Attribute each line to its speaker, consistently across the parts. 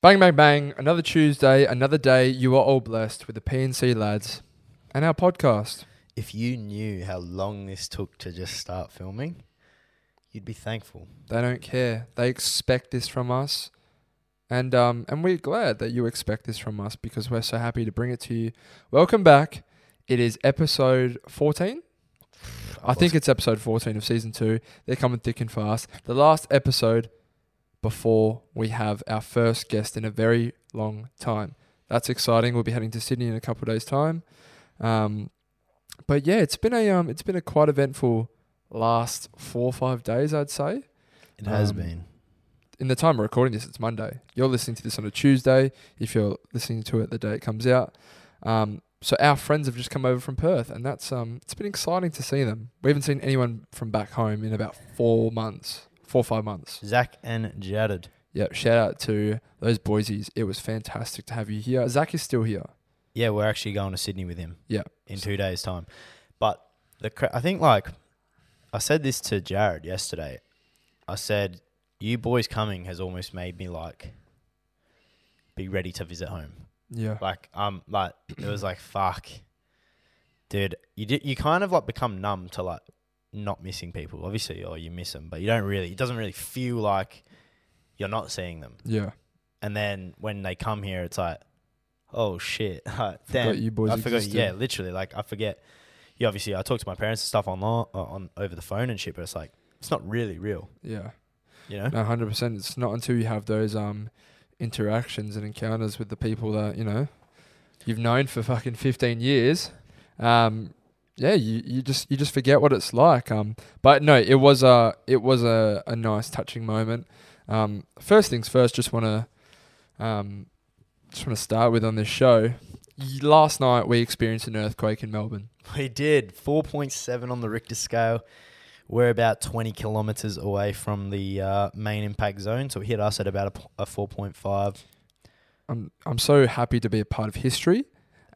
Speaker 1: Bang, bang, bang. Another Tuesday, another day. You are all blessed with the PNC lads and our podcast.
Speaker 2: If you knew how long this took to just start filming, you'd be thankful.
Speaker 1: They don't care. They expect this from us. And um, and we're glad that you expect this from us because we're so happy to bring it to you. Welcome back. It is episode 14. I think it's episode 14 of season two. They're coming thick and fast. The last episode before we have our first guest in a very long time. That's exciting. We'll be heading to Sydney in a couple of days' time. Um, but yeah, it's been a um, it's been a quite eventful last four or five days, I'd say.
Speaker 2: it has
Speaker 1: um,
Speaker 2: been.
Speaker 1: In the time we're recording this, it's Monday. You're listening to this on a Tuesday. If you're listening to it the day it comes out, um, so our friends have just come over from Perth, and that's um, it's been exciting to see them. We haven't seen anyone from back home in about four months, four or five months.
Speaker 2: Zach and Jared.
Speaker 1: Yeah, shout out to those Boise's. It was fantastic to have you here. Zach is still here.
Speaker 2: Yeah, we're actually going to Sydney with him.
Speaker 1: Yeah.
Speaker 2: in two days' time. But the cra- I think like I said this to Jared yesterday. I said, "You boys coming has almost made me like be ready to visit home."
Speaker 1: Yeah.
Speaker 2: Like um, like it was like fuck, dude. You did you kind of like become numb to like not missing people. Obviously, or you miss them, but you don't really. It doesn't really feel like you're not seeing them.
Speaker 1: Yeah.
Speaker 2: And then when they come here, it's like, oh shit, like, damn,
Speaker 1: you boys
Speaker 2: I forgot.
Speaker 1: existed.
Speaker 2: Yeah, literally, like I forget. Yeah, obviously, I talk to my parents and stuff online, uh, on over the phone and shit, but it's like it's not really real,
Speaker 1: Yeah.
Speaker 2: you know.
Speaker 1: No, hundred percent. It's not until you have those um interactions and encounters with the people that you know you've known for fucking fifteen years. Um, yeah, you, you just you just forget what it's like. Um, but no, it was a it was a, a nice touching moment. Um, first things first, just want to um just want to start with on this show. Y- Last night we experienced an earthquake in Melbourne.
Speaker 2: We did four point seven on the Richter scale. We're about twenty kilometers away from the uh, main impact zone, so it hit us at about a p- a, four point five.
Speaker 1: I'm I'm so happy to be a part of history.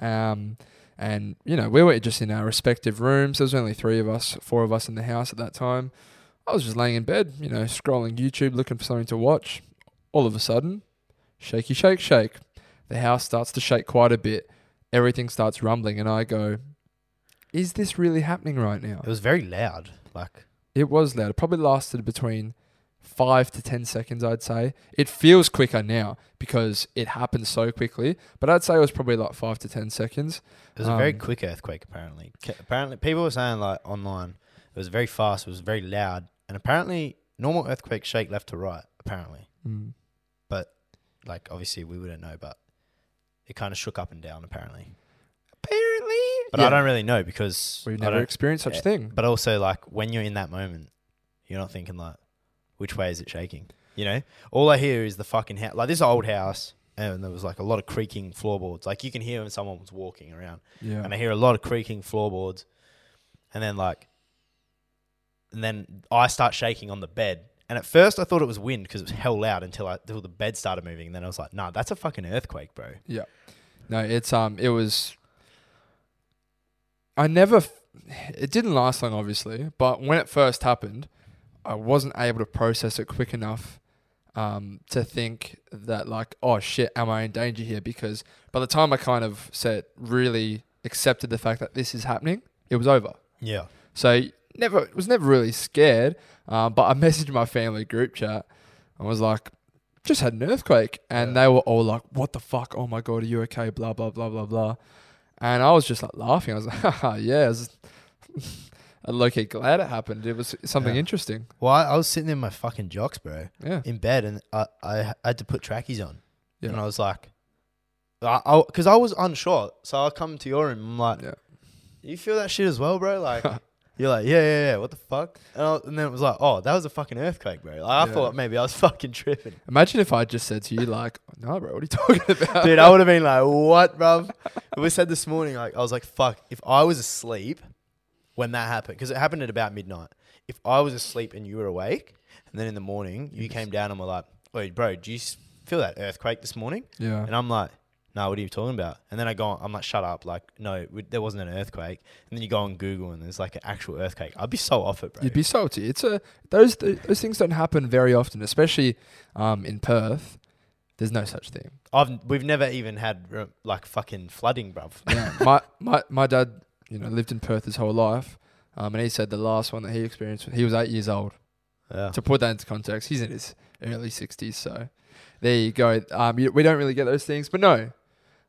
Speaker 1: Um, and you know, we were just in our respective rooms. There was only three of us, four of us in the house at that time. I was just laying in bed, you know, scrolling YouTube, looking for something to watch. All of a sudden, shaky, shake, shake. The house starts to shake quite a bit. Everything starts rumbling, and I go, "Is this really happening right now?"
Speaker 2: It was very loud, like
Speaker 1: It was loud. It probably lasted between five to ten seconds, I'd say. It feels quicker now because it happened so quickly, but I'd say it was probably like five to ten seconds.
Speaker 2: It was a very
Speaker 1: Um,
Speaker 2: quick earthquake, apparently. Ca- Apparently, people were saying like online, it was very fast, it was very loud, and apparently, normal earthquake shake left to right. Apparently,
Speaker 1: Mm.
Speaker 2: but like obviously we wouldn't know, but it kind of shook up and down. Apparently, apparently, but
Speaker 1: Yeah.
Speaker 2: I don't really know because
Speaker 1: We've
Speaker 2: I
Speaker 1: never
Speaker 2: don't-
Speaker 1: experienced such
Speaker 2: yeah,
Speaker 1: thing.
Speaker 2: But also, like when you're in that moment, you're not thinking like, which way is it shaking? You know, all I hear is the fucking house. Like this old house, and there was like a lot of creaking floorboards. Like you can hear when someone was walking around
Speaker 1: Yeah.
Speaker 2: and I hear a lot of creaking floorboards, and then like, and then I start shaking on the bed. And at first, I thought it was wind because it was hell loud until I until the bed started moving. And then I was like, "Nah, that's a fucking earthquake, bro."
Speaker 1: Yeah. No, it's um it was I never f- it didn't last long obviously, but when it first happened, I wasn't able to process it quick enough um to think that like oh shit, am I in danger here because by the time I kind of said really accepted the fact that this is happening, it was over.
Speaker 2: Yeah,
Speaker 1: So never was never really scared. Um, but I messaged my family group chat and was like, just had an earthquake, and
Speaker 2: Yeah.
Speaker 1: they were all like, "What the fuck? Oh my god, are you okay?" Blah blah blah blah blah. And I was just like laughing. I was like, Haha, "Yeah." I was low key glad it happened. It was something
Speaker 2: Yeah.
Speaker 1: interesting.
Speaker 2: well, I, I was sitting in my fucking jocks, bro,
Speaker 1: Yeah.
Speaker 2: in bed, and I I had to put trackies on,
Speaker 1: Yeah.
Speaker 2: and I was like, I because I, was unsure, so I come to your room. I'm like,
Speaker 1: Yeah.
Speaker 2: you feel that shit as well, bro? Like, you're like, yeah, yeah, yeah. What the fuck? And, I, and then it was like, oh, that was a fucking earthquake, bro. Like, I
Speaker 1: Yeah.
Speaker 2: thought maybe I was fucking tripping,
Speaker 1: Imagine if I just said to you like, "No, bro, what are you talking about?"
Speaker 2: dude. I would have been like, what, bro? we said this morning, like, I was like, fuck. If I was asleep when that happened, because it happened at about midnight. If I was asleep and you were awake, and then in the morning you came down and were like, wait, bro, do you s- feel that earthquake this morning?
Speaker 1: Yeah.
Speaker 2: And I'm like, no, what are you talking about? And then I go, on, I'm like, shut up. Like, no, we, there wasn't an earthquake. And then you go on Google and there's like an actual earthquake. I'd be so off it, bro.
Speaker 1: You'd be salty. It's a those th- those things don't happen very often, especially um, in Perth. There's no such thing.
Speaker 2: I've we've never even had r- like fucking flooding, bruv.
Speaker 1: Yeah. my, my my dad, you know, lived in Perth his whole life, um, and he said the last one that he experienced, he was eight years old.
Speaker 2: Yeah.
Speaker 1: To put that into context, he's in his early sixties, so there you go. Um, you, we don't really get those things, but no,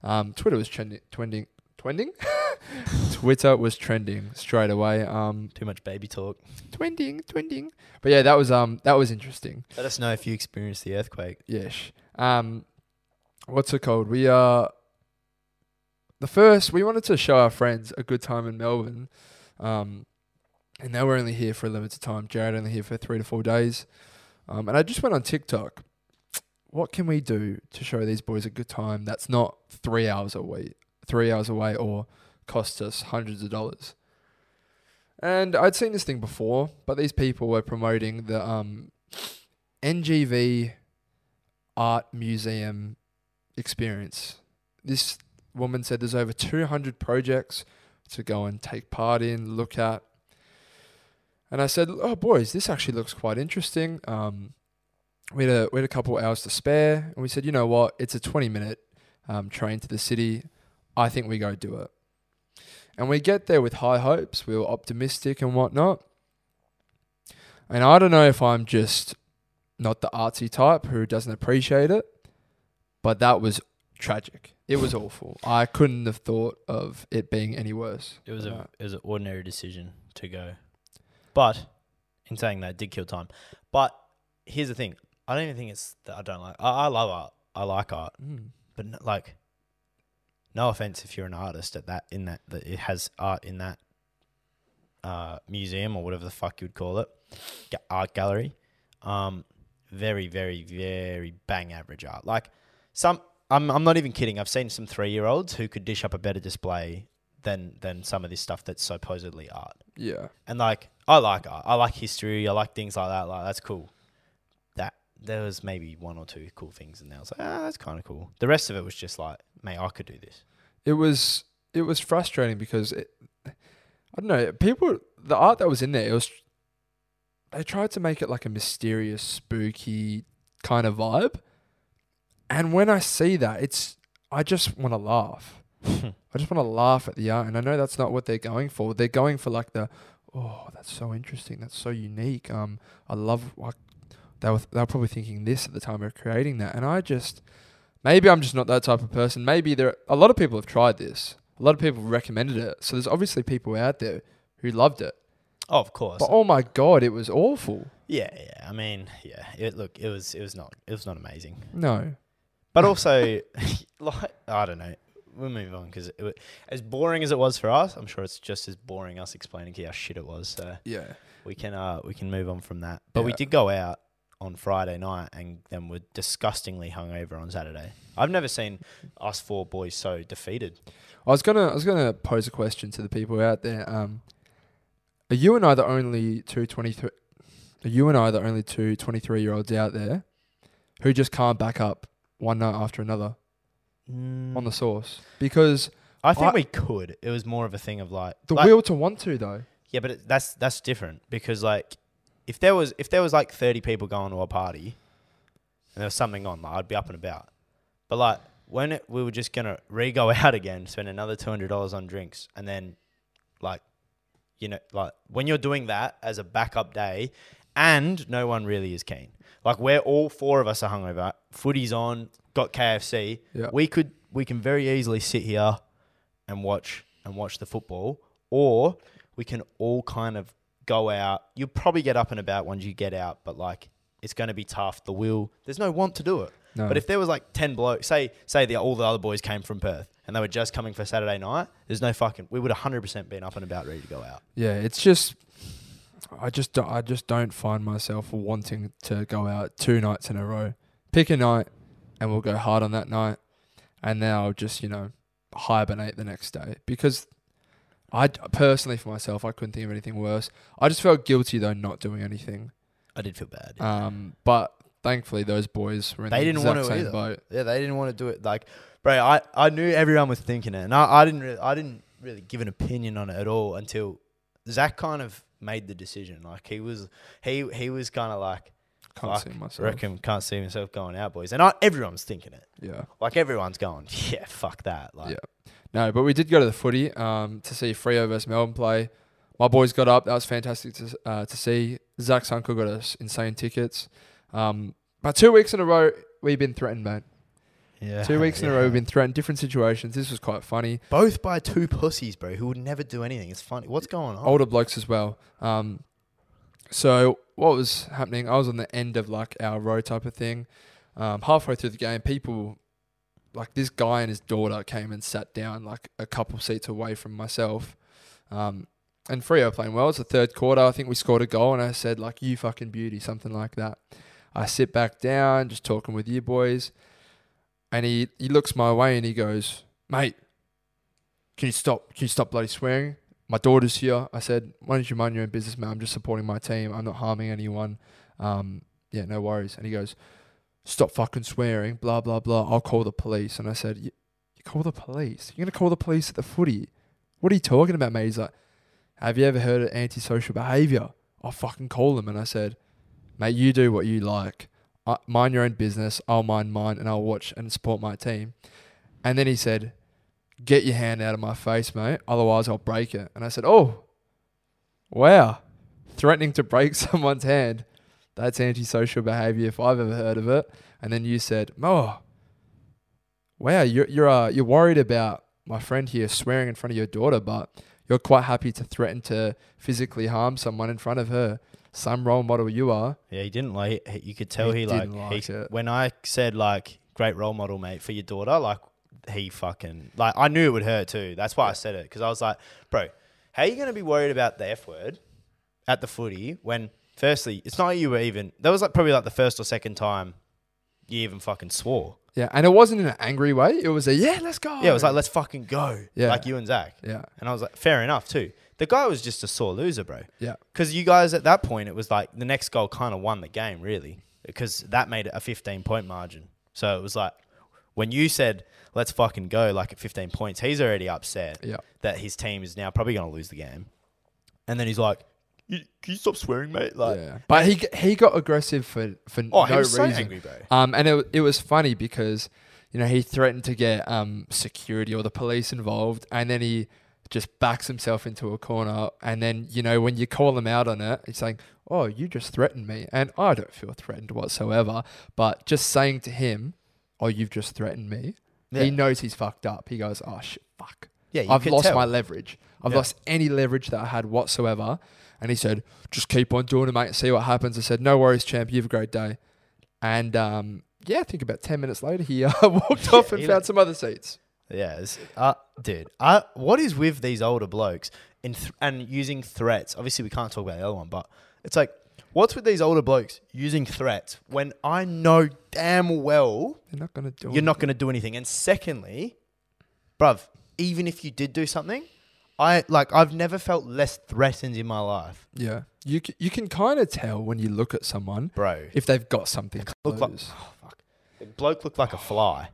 Speaker 1: um, Twitter was trending, trending, trending. Twitter was trending straight away. Um,
Speaker 2: Too much baby talk.
Speaker 1: trending, trending. But yeah, that was um, that was interesting.
Speaker 2: Let us know if you experienced the earthquake.
Speaker 1: Yes. Um, what's it called? We are the first. We wanted to show our friends a good time in Melbourne, um, and they were only here for a limited time. Jared only here for three to four days, um, and I just went on TikTok. What can we do to show these boys a good time that's not three hours away, three hours away, or cost us hundreds of dollars? And I'd seen this thing before, but these people were promoting the um, NGV art museum experience. This woman said there's over 200 projects to go and take part in, look at. And I said, "Oh, boys, this actually looks quite interesting." Um, we had a we had a couple hours to spare, and we said, "You know what? It's a 20 minute um, train to the city. I think we go do it." And we get there with high hopes. We were optimistic and whatnot. And I don't know if I'm just not the artsy type who doesn't appreciate it. But that was tragic. It was awful. I couldn't have thought of it being any worse.
Speaker 3: It was
Speaker 1: Uh,
Speaker 3: a it was an ordinary decision to go, but in saying that, it did kill time. But here's the thing: I don't even think it's that I don't like. I, I love art. I like art,
Speaker 1: Mm.
Speaker 3: but n- like
Speaker 2: No offense if you're an artist at that in that that it has art in that uh, museum or whatever the fuck you'd call it, ga- art gallery. Um, very very very bang average art. Like some, I'm I'm not even kidding. I've seen some three year olds who could dish up a better display than than some of this stuff that's supposedly art.
Speaker 1: Yeah.
Speaker 2: And like, I like art. I like history. I like things like that. Like that's cool. That there was maybe one or two cool things, and I was like, ah, that's kind of cool. The rest of it was just like, mate, I could do this.
Speaker 1: It was it was frustrating because it, I don't know, people the art that was in there, it was they tried to make it like a mysterious, spooky kind of vibe. And when I see that, it's I just want to laugh. I just want to laugh at the art, and I know that's not what they're going for. They're going for like the, oh, that's so interesting, that's so unique. Um, I love like they were they were probably thinking this at the time of creating that, and I just maybe I'm just not that type of person. Maybe there a lot of people have tried this. A lot of people recommended it. So there's obviously people out there who loved it.
Speaker 2: Oh, of course.
Speaker 1: But oh my god, it was awful.
Speaker 2: yeah, yeah. I mean, yeah. It look, it was, it was not, it was not amazing.
Speaker 1: No.
Speaker 2: But also, like, I don't know. We'll move on because it, wa- as boring as it was for us, I'm sure it's just as boring us explaining to you how shit it was. So.
Speaker 1: Yeah.
Speaker 2: we can uh we can move on from that. But we
Speaker 1: Yeah.
Speaker 2: did go out on Friday night and then were disgustingly hungover on Saturday. I've never seen us four boys so defeated.
Speaker 1: I was gonna I was gonna pose a question to the people out there. Um, are you and I the only two twenty three? Are you and I the only two 23 year olds out there who just can't back up one night after another
Speaker 2: Mm.
Speaker 1: on the source? Because
Speaker 2: I think
Speaker 1: I-
Speaker 2: we could. It was more of a thing of like
Speaker 1: the
Speaker 2: like-
Speaker 1: will to want to though.
Speaker 2: Yeah, but it, that's that's different because like if there was if there was like thirty people going to a party and there was something on, like I'd be up and about. But like when it, we were just gonna re go out again, spend another two hundred dollars on drinks, and then like you know like when you're doing that as a backup day, and no one really is keen. Like we're all four of us are hungover. Footy's on. Got KFC.
Speaker 1: Yeah.
Speaker 2: We could we can very easily sit here and watch and watch the football, or we can all kind of go out. You'll probably get up and about once you get out, but like it's going to be tough. The will, there's no want to do it.
Speaker 1: No.
Speaker 2: But if there was like ten blokes, say say the all the other boys came from Perth and they were just coming for Saturday night, there's no fucking. We would 100 percent been up and about, ready to go out.
Speaker 1: Yeah, it's just I just do- I just don't find myself wanting to go out two nights in a row. Pick a night, and we'll go hard on that night, and then I'll just you know hibernate the next day because I d- personally for myself I couldn't think of anything worse. I just felt guilty though not doing anything.
Speaker 2: I did feel bad.
Speaker 1: Um, but thankfully those boys were in
Speaker 2: They
Speaker 1: the
Speaker 2: didn't
Speaker 1: exact
Speaker 2: want to
Speaker 1: same
Speaker 2: either.
Speaker 1: boat.
Speaker 2: Yeah, they didn't want to do it. Like, bro, I, I knew everyone was thinking it, and I, I didn't really, I didn't really give an opinion on it at all until Zach kind of made the decision. Like he was he he was kind of like
Speaker 1: Can't
Speaker 2: Fuck,
Speaker 1: see myself.
Speaker 2: Reckon can't see myself going out, boys. And I, everyone's thinking it.
Speaker 1: Yeah.
Speaker 2: Like everyone's going, yeah, fuck that. Like,
Speaker 1: Yeah. No, but we did go to the footy um, to see Freo versus Melbourne play. My boys got up. That was fantastic to, uh, to see. Zach's uncle got us insane tickets. Um, but two weeks in a row, we've been threatened, mate.
Speaker 2: yeah.
Speaker 1: Two weeks in a
Speaker 2: yeah.
Speaker 1: row, we've been threatened. Different situations. This was quite funny.
Speaker 4: Both by two pussies, bro, who would never do anything. It's funny. What's going on?
Speaker 1: Older blokes as well. Um, so what was happening? I was on the end of like our row type of thing. Um, halfway through the game, people like this guy and his daughter came and sat down like a couple seats away from myself. Um, and Frio playing well. It's the third quarter. I think we scored a goal, and I said like, "You fucking beauty," something like that. I sit back down, just talking with you boys, and he he looks my way and he goes, "Mate, can you stop? Can you stop bloody swearing?" my daughter's here. I said, why don't you mind your own business, man? I'm just supporting my team. I'm not harming anyone. Um, yeah, no worries. And he goes, stop fucking swearing, blah, blah, blah. I'll call the police. And I said, you, you call the police? You're going to call the police at the footy? What are you talking about, mate? He's like, have you ever heard of antisocial behaviour? I'll fucking call them. And I said, mate, you do what you like. I, mind your own business. I'll mind mine and I'll watch and support my team. And then he said, get your hand out of my face, mate. Otherwise, I'll break it. And I said, oh, wow. Threatening to break someone's hand. That's antisocial behavior if I've ever heard of it. And then you said, oh, wow, you're, you're, uh, you're worried about my friend here swearing in front of your daughter, but you're quite happy to threaten to physically harm someone in front of her. Some role model you are.
Speaker 2: Yeah, he didn't like. he- You could tell he,
Speaker 1: He
Speaker 2: like.
Speaker 1: didn't like
Speaker 2: he,
Speaker 1: it.
Speaker 2: When I said like, great role model, mate, for your daughter, like he fucking like I knew it would hurt too. That's why I said it because I was like, bro, how you gonna be worried about the f word at the footy when firstly it's not like you were even that was like probably like the first or second time you even fucking swore.
Speaker 1: Yeah, and it wasn't in an angry way. It was a yeah, let's go.
Speaker 2: Yeah, it was like let's fucking go.
Speaker 1: Oh. Yeah.
Speaker 2: like you and Zach.
Speaker 1: yeah,
Speaker 2: And I was like, fair enough too. The guy was just a sore loser, bro.
Speaker 1: yeah,
Speaker 2: Because you guys at that point, it was like the next goal kind of won the game, really, because that made it a 15 point margin. So it was like when you said, let's fucking go, like at 15 points, he's already upset
Speaker 1: yeah.
Speaker 2: that his team is now probably going to lose the game. And then he's like, you, can you stop swearing, mate? Like,
Speaker 1: yeah. But he g- he got aggressive for for
Speaker 2: oh, he
Speaker 1: no
Speaker 2: was
Speaker 1: reason.
Speaker 2: so angry, bro.
Speaker 1: Um, and it it was funny because you know he threatened to get um security or the police involved, and then he just backs himself into a corner. And then you know when you call him out on it, he's saying, "Oh, you just threatened me," and I don't feel threatened whatsoever. But just saying to him, "Oh, you've just threatened me,"
Speaker 2: Yeah.
Speaker 1: he knows he's fucked up. He goes, "Oh shit, fuck."
Speaker 2: Yeah, you
Speaker 1: I've
Speaker 2: could
Speaker 1: lost
Speaker 2: tell.
Speaker 1: my leverage. I've
Speaker 2: Yeah.
Speaker 1: lost any leverage that I had whatsoever. And he said, just keep on doing it, mate, and see what happens. I said, no worries, champ. You have a great day. And um, yeah, I think about 10 minutes later, he uh, walked off and
Speaker 2: he
Speaker 1: found some other seats.
Speaker 2: Yeah, it's, uh, dude. Uh, what is with these older blokes and th- and using threats? Obviously, we can't talk about the other one, but it's like, what's with these older blokes using threats when I know damn well
Speaker 1: They're not going to do
Speaker 2: you're not going to do anything? And secondly, bruv, even if you did do something, I like I've never felt less threatened in my life,
Speaker 1: Yeah. You, c- you can kind of tell when you look at someone
Speaker 2: bro.
Speaker 1: if they've got something. to
Speaker 2: Look like-
Speaker 1: lose.
Speaker 2: The bloke looked like a fly.
Speaker 1: yeah.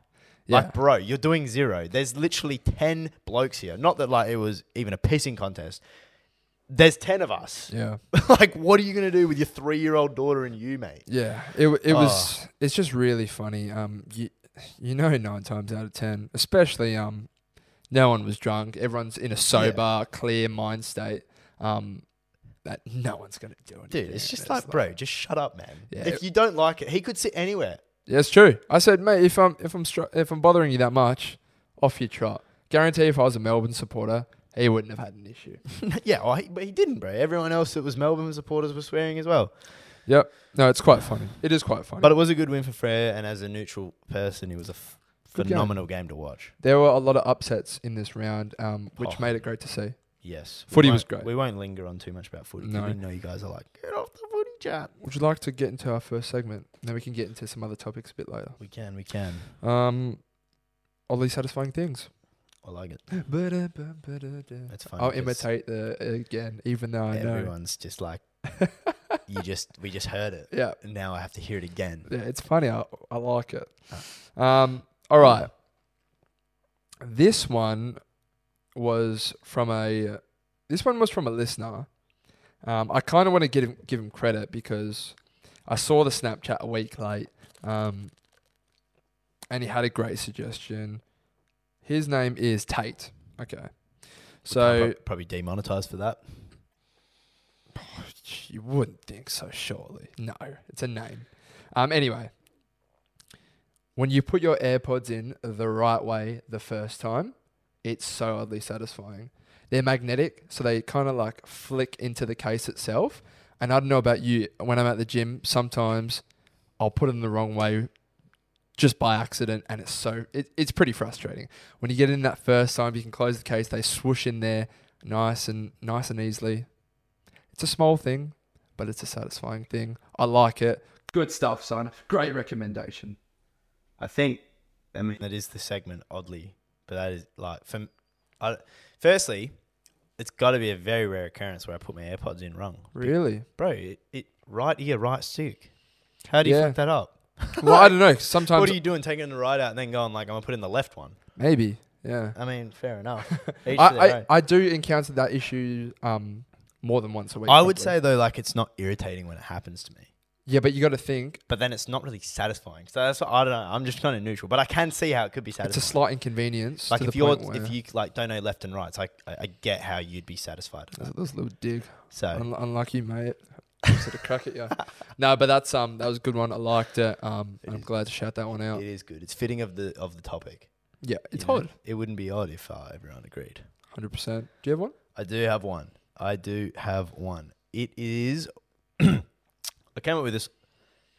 Speaker 2: Like, bro, you're doing zero. There's literally 10 blokes here. Not that, like, it was even a pissing contest. There's 10 of us.
Speaker 1: yeah.
Speaker 2: like, what are you going to do with your three year old daughter and you, mate?
Speaker 1: Yeah, it w- it
Speaker 2: Ah.
Speaker 1: was. It's just really funny. Um, you you know, nine times out of ten, especially um, no one was drunk. Everyone's in a sober, clear mind state. Um, that no one's gonna do anything.
Speaker 2: Dude, it's just like, bro, just shut up, man.
Speaker 1: Yeah.
Speaker 2: If you don't like it, he could sit anywhere.
Speaker 1: Yeah, it's true. I said, mate, if I'm if I'm str- if I'm bothering you that much, off your trot. Guarantee, if I was a Melbourne supporter, he wouldn't have had an issue.
Speaker 2: yeah, well, he, but he didn't, bro. Everyone else that was Melbourne supporters were swearing as well.
Speaker 1: Yep. No, it's quite funny. It is quite funny.
Speaker 2: But it was a good win for Frere, and as a neutral person, it was a f-
Speaker 1: Good game.
Speaker 2: phenomenal game. to watch.
Speaker 1: there were a lot of upsets in this round, um, which
Speaker 2: Oh.
Speaker 1: made it great to see.
Speaker 2: Yes. We
Speaker 1: Footy was
Speaker 2: won't-
Speaker 1: great.
Speaker 2: We won't linger on too much about footy. 'cause
Speaker 1: No.
Speaker 2: We know you guys are like, get off the footy chat.
Speaker 1: Would you like to get into our first segment? And then we can get into some other topics a bit later.
Speaker 2: We can, we can.
Speaker 1: Um, oddly satisfying things.
Speaker 2: I like it.
Speaker 1: I'll
Speaker 2: That's fine.
Speaker 1: imitate the again, even though I know.
Speaker 2: Everyone's just like, you just, we just heard it.
Speaker 1: yeah,
Speaker 2: And now I have to hear it again.
Speaker 1: yeah, it's funny. I, I like it. Um, all right. This one was from a. This one was from a listener. Um, I kind of want to give him, give him credit because I saw the Snapchat a week late, um, and he had a great suggestion. His name is Tate. Okay, so
Speaker 2: Prob- probably demonetized for that.
Speaker 1: you wouldn't think so, surely. No, it's a name. Um, anyway, when you put your AirPods in the right way the first time, it's so oddly satisfying. They're magnetic, so they kind of like flick into the case itself. And I don't know about you, when I'm at the gym, sometimes I'll put them the wrong way just by accident, and it's so it, it's pretty frustrating. When you get in that first time, you can close the case; they swoosh in there, nice and nice and easily. It's a small thing, but it's a satisfying thing. I like it. Good stuff, son. Great recommendation.
Speaker 2: I think. I mean, that is the segment, oddly, but that is like for. I, firstly, it's got to be a very rare occurrence where I put my AirPods in wrong,
Speaker 1: Really?
Speaker 2: bro. It, it right ear, right stick. How do you
Speaker 1: Yeah.
Speaker 2: fuck that up?
Speaker 1: Well, I don't know. Sometimes
Speaker 2: What are you doing, taking the right out and then going like, I'm gonna put in the left one?
Speaker 1: maybe. Yeah.
Speaker 2: I mean, fair enough. Each to
Speaker 1: I,
Speaker 2: their
Speaker 1: I, I do encounter that issue um more than once a week.
Speaker 2: own. I would
Speaker 1: probably.
Speaker 2: say though, like it's not irritating when it happens to me,
Speaker 1: Yeah, but you got to think
Speaker 2: but then it's not really satisfying. So that's what I don't know. I'm just kind of neutral, but I can see how it could be
Speaker 1: it's a
Speaker 2: satisfying.
Speaker 1: slight inconvenience.
Speaker 2: like
Speaker 1: to
Speaker 2: if
Speaker 1: the
Speaker 2: you're
Speaker 1: point where-
Speaker 2: if you like don't know left and rights, like I, I get how you'd be satisfied. with
Speaker 1: That's,
Speaker 2: that.
Speaker 1: that's a little dig.
Speaker 2: So
Speaker 1: Un- unlucky, mate. Sort of crack at you. No, but that's um that was a good one. I liked it. Um,
Speaker 2: It
Speaker 1: I'm
Speaker 2: is.
Speaker 1: glad to shout that one out.
Speaker 2: it is good. It's fitting of the of the topic.
Speaker 1: Yeah, it's
Speaker 2: you know?
Speaker 1: odd.
Speaker 2: It wouldn't be odd if uh, everyone agreed.
Speaker 1: Hundred percent. Do you have one?
Speaker 2: I do have one. I do have one. It is. I came up with this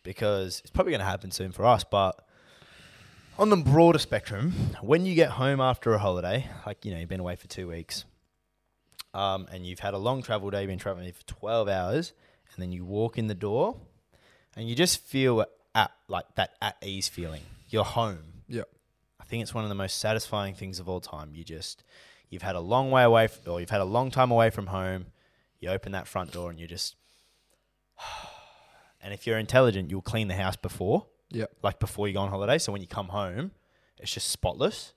Speaker 2: because it's probably going to happen soon for us, but on the broader spectrum, when you get home after a holiday, like, you know, you've been away for two weeks um, and you've had a long travel day, you've been traveling for 12 hours, and then you walk in the door and you just feel at, like that at ease feeling. You're home.
Speaker 1: Yeah.
Speaker 2: I think it's one of the most satisfying things of all time. You just, you've had a long way away, f- or you've had a long time away from home. You open that front door and you just, and if you're intelligent, you'll clean the house before,
Speaker 1: Yeah.
Speaker 2: like before you go on holiday. So when you come home, it's just spotless.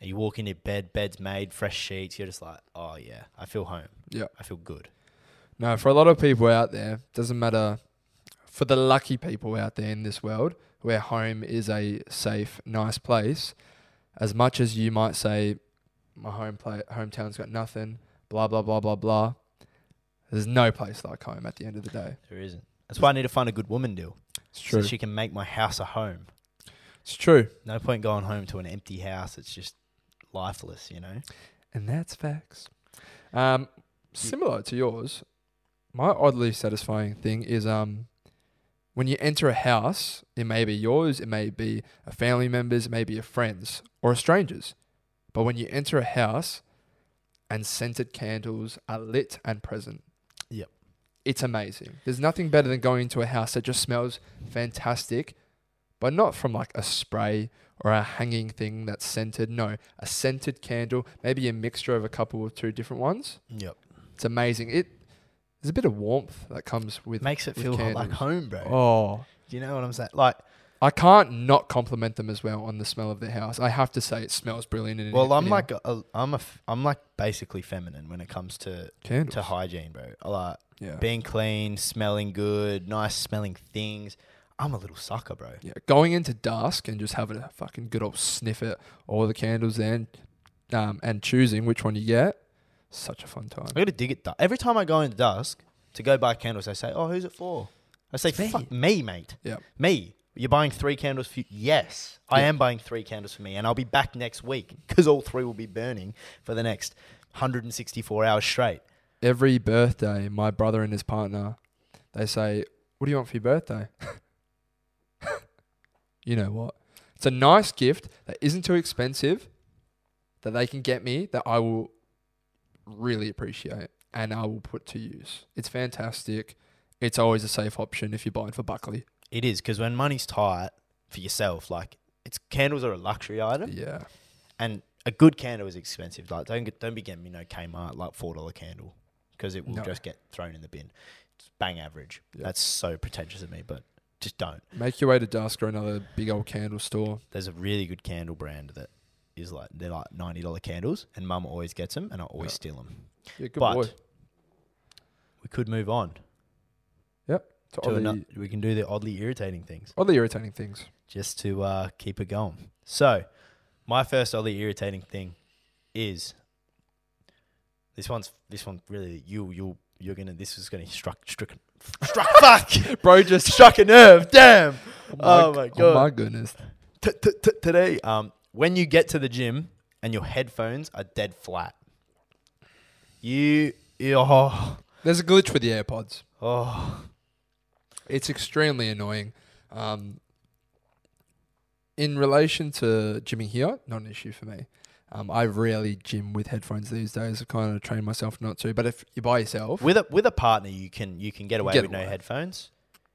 Speaker 2: And you walk into bed, bed's made, fresh sheets. You're just like, oh yeah, I feel home.
Speaker 1: Yeah.
Speaker 2: I feel good.
Speaker 1: No, for a lot of people out there, doesn't matter. For the lucky people out there in this world, where home is a safe, nice place, as much as you might say, my home pla hometown's got nothing, blah blah blah blah blah. There's no place like home at the end of the day.
Speaker 2: There isn't. That's why I need to find a good woman deal,
Speaker 1: It's
Speaker 2: so she can make my house a home.
Speaker 1: It's true,
Speaker 2: No point going home to an empty house. It's just lifeless, you know.
Speaker 1: and that's facts. Um, similar to yours, my oddly satisfying thing is um, when you enter a house, it may be yours, it may be a family member's, it may be a friend's or a stranger's. But when you enter a house and scented candles are lit and present,
Speaker 2: Yep.
Speaker 1: it's amazing. There's nothing better than going into a house that just smells fantastic, but not from like a spray or a hanging thing that's scented. No, a scented candle, maybe a mixture of a couple or two different ones.
Speaker 2: Yep.
Speaker 1: It's amazing. It there's a bit of warmth that comes with.
Speaker 2: Makes it
Speaker 1: with
Speaker 2: feel ho- like
Speaker 1: candles.
Speaker 2: home, bro.
Speaker 1: Oh,
Speaker 2: Do you know what I'm saying? Like,
Speaker 1: I can't not compliment them as well on the smell of their house. I have to say it smells brilliant. In
Speaker 2: well, I'm
Speaker 1: in
Speaker 2: like, a, a, I'm a, f- I'm like basically feminine when it comes to
Speaker 1: candles.
Speaker 2: to hygiene, bro. I Like
Speaker 1: yeah,
Speaker 2: being clean, smelling good, nice smelling things. I'm a little sucker, bro.
Speaker 1: yeah. Going into dusk and just having a fucking good old sniff at all the candles and um, and choosing which one you get. Such a fun time.
Speaker 2: I gotta dig it. Du- Every time I go into dusk to go buy candles, they say, "Oh, who's it for?" I say,
Speaker 1: It's me.
Speaker 2: "Fuck me, mate.
Speaker 1: Yeah.
Speaker 2: me. You're buying three candles for you? Yes, I
Speaker 1: Yeah.
Speaker 2: am buying three candles for me, and I'll be back next week because all three will be burning for the next 164 hours straight."
Speaker 1: Every birthday, my brother and his partner, they say, "What do you want for your birthday?" you know what? It's a nice gift that isn't too expensive that they can get me that I will really appreciate and I will put to use. It's fantastic. It's always a safe option if you're buying for Buckley.
Speaker 2: It is because when money's tight for yourself, like it's candles are a luxury item,
Speaker 1: Yeah.
Speaker 2: and a good candle is expensive. Like don't get, don't be getting me no Kmart like four dollar candle because it will
Speaker 1: No.
Speaker 2: just get thrown in the bin. It's bang average.
Speaker 1: Yeah.
Speaker 2: That's so pretentious of me, but just don't.
Speaker 1: Make your way to Dusk or another big old candle store.
Speaker 2: There's a really good candle brand that is like they're like ninety dollar candles, and Mum always gets them, and I always
Speaker 1: Yeah.
Speaker 2: steal them.
Speaker 1: Yeah, good
Speaker 2: but
Speaker 1: boy.
Speaker 2: we could move on.
Speaker 1: Yep. to
Speaker 2: to
Speaker 1: oddly,
Speaker 2: ano- we can do the oddly irritating things
Speaker 1: oddly irritating things.
Speaker 2: just to uh, keep it going. So, my first oddly irritating thing is this one's this one really you you you're gonna this is gonna struck stricken struck fuck
Speaker 1: Bro, just
Speaker 2: struck a nerve damn
Speaker 1: oh
Speaker 2: Oh my
Speaker 1: my,
Speaker 2: God.
Speaker 1: my goodness.
Speaker 2: T- t- t- today um when you get to the gym and your headphones are dead flat you you- oh
Speaker 1: There's a glitch with the AirPods.
Speaker 2: oh
Speaker 1: It's extremely annoying. Um, in relation to Jimmy here, not an issue for me. Um, I rarely gym with headphones these days. I kind of train myself not to. But if you're by yourself,
Speaker 2: with a with a partner you can you can get away
Speaker 1: Get
Speaker 2: with
Speaker 1: away.
Speaker 2: no headphones.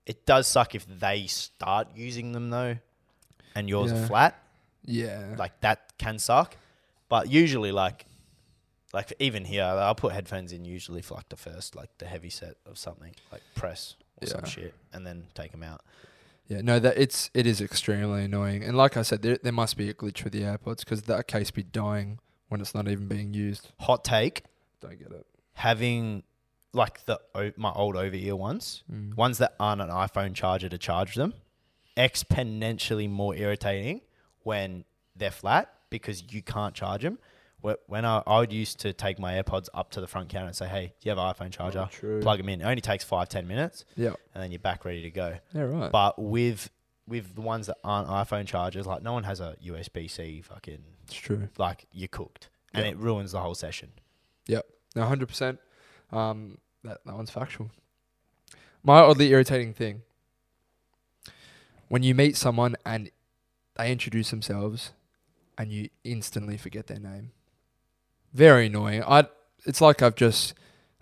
Speaker 2: It does suck if they start using them though, and yours
Speaker 1: Yeah.
Speaker 2: are flat.
Speaker 1: yeah,
Speaker 2: Like that can suck, but usually like like even here I'll put headphones in usually for like the first like the heavy set of something like press or some
Speaker 1: Yeah.
Speaker 2: shit and then take them out.
Speaker 1: yeah, no, that it's it is extremely annoying. And like I said, there there must be a glitch with the AirPods because that case be dying when it's not even being used.
Speaker 2: Hot take:
Speaker 1: Don't get it.
Speaker 2: having like the o- my old over ear ones,
Speaker 1: Mm.
Speaker 2: ones that aren't an iPhone charger to charge them, exponentially more irritating when they're flat because you can't charge them. When I, I would used to take my AirPods up to the front counter and say, "Hey, do you have an iPhone charger?
Speaker 1: true.
Speaker 2: Plug them in. It only takes five ten minutes,
Speaker 1: Yeah,
Speaker 2: and then you're back ready to go."
Speaker 1: yeah, right.
Speaker 2: But with with the ones that aren't iPhone chargers, like no one has a USB C fucking
Speaker 1: it's true.
Speaker 2: like you're cooked, and
Speaker 1: Yeah.
Speaker 2: it ruins the whole session.
Speaker 1: No, hundred percent. Um, that that one's factual. My oddly irritating thing when you meet someone and they introduce themselves and you instantly forget their name. Very annoying. I. It's like I've just,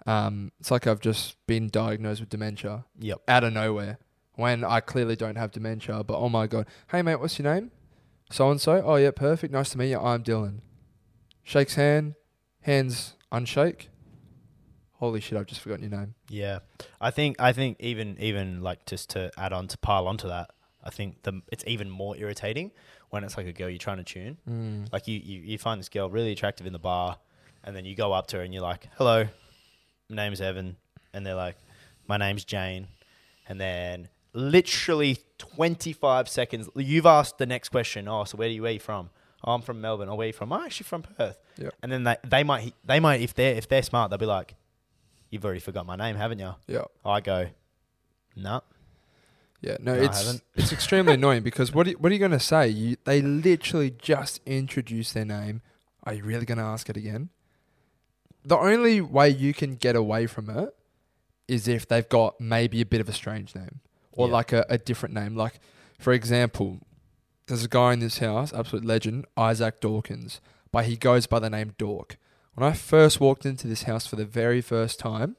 Speaker 1: um, it's like I've just been diagnosed with dementia
Speaker 2: Yep.
Speaker 1: out of nowhere when I clearly don't have dementia. But oh my god, hey mate, what's your name? So and so. Oh yeah, perfect. Nice to meet you. I'm Dylan. Shakes hand, hands unshake. Holy shit, I've just forgotten your name.
Speaker 2: Yeah, I think I think even even like just to add on to pile onto that, I think the it's even more irritating when it's like a girl you're trying to tune.
Speaker 1: Mm.
Speaker 2: Like you, you you find this girl really attractive in the bar, and then you go up to her and you're like, "Hello, my name's Evan," and they're like, "My name's Jane," and then literally 25 seconds, you've asked the next question. Oh, so where do you where you from? Oh, I'm from Melbourne. Oh, where you from? I'm actually from Perth.
Speaker 1: Yep.
Speaker 2: And then they, they might they might if they're if they're smart, they'll be like, "You've already forgot my name, haven't you?"
Speaker 1: Yeah,
Speaker 2: I go, no.
Speaker 1: yeah. No,
Speaker 2: No, I
Speaker 1: it's
Speaker 2: haven't.
Speaker 1: it's extremely annoying because what are, what are you gonna say? You they literally just introduced their name. Are you really gonna ask it again? The only way you can get away from it is if they've got maybe a bit of a strange name or
Speaker 2: Yeah.
Speaker 1: like a, a different name. Like for example, there's a guy in this house, absolute legend, Isaac Dawkins, but he goes by the name Dork. When I first walked into this house for the very first time,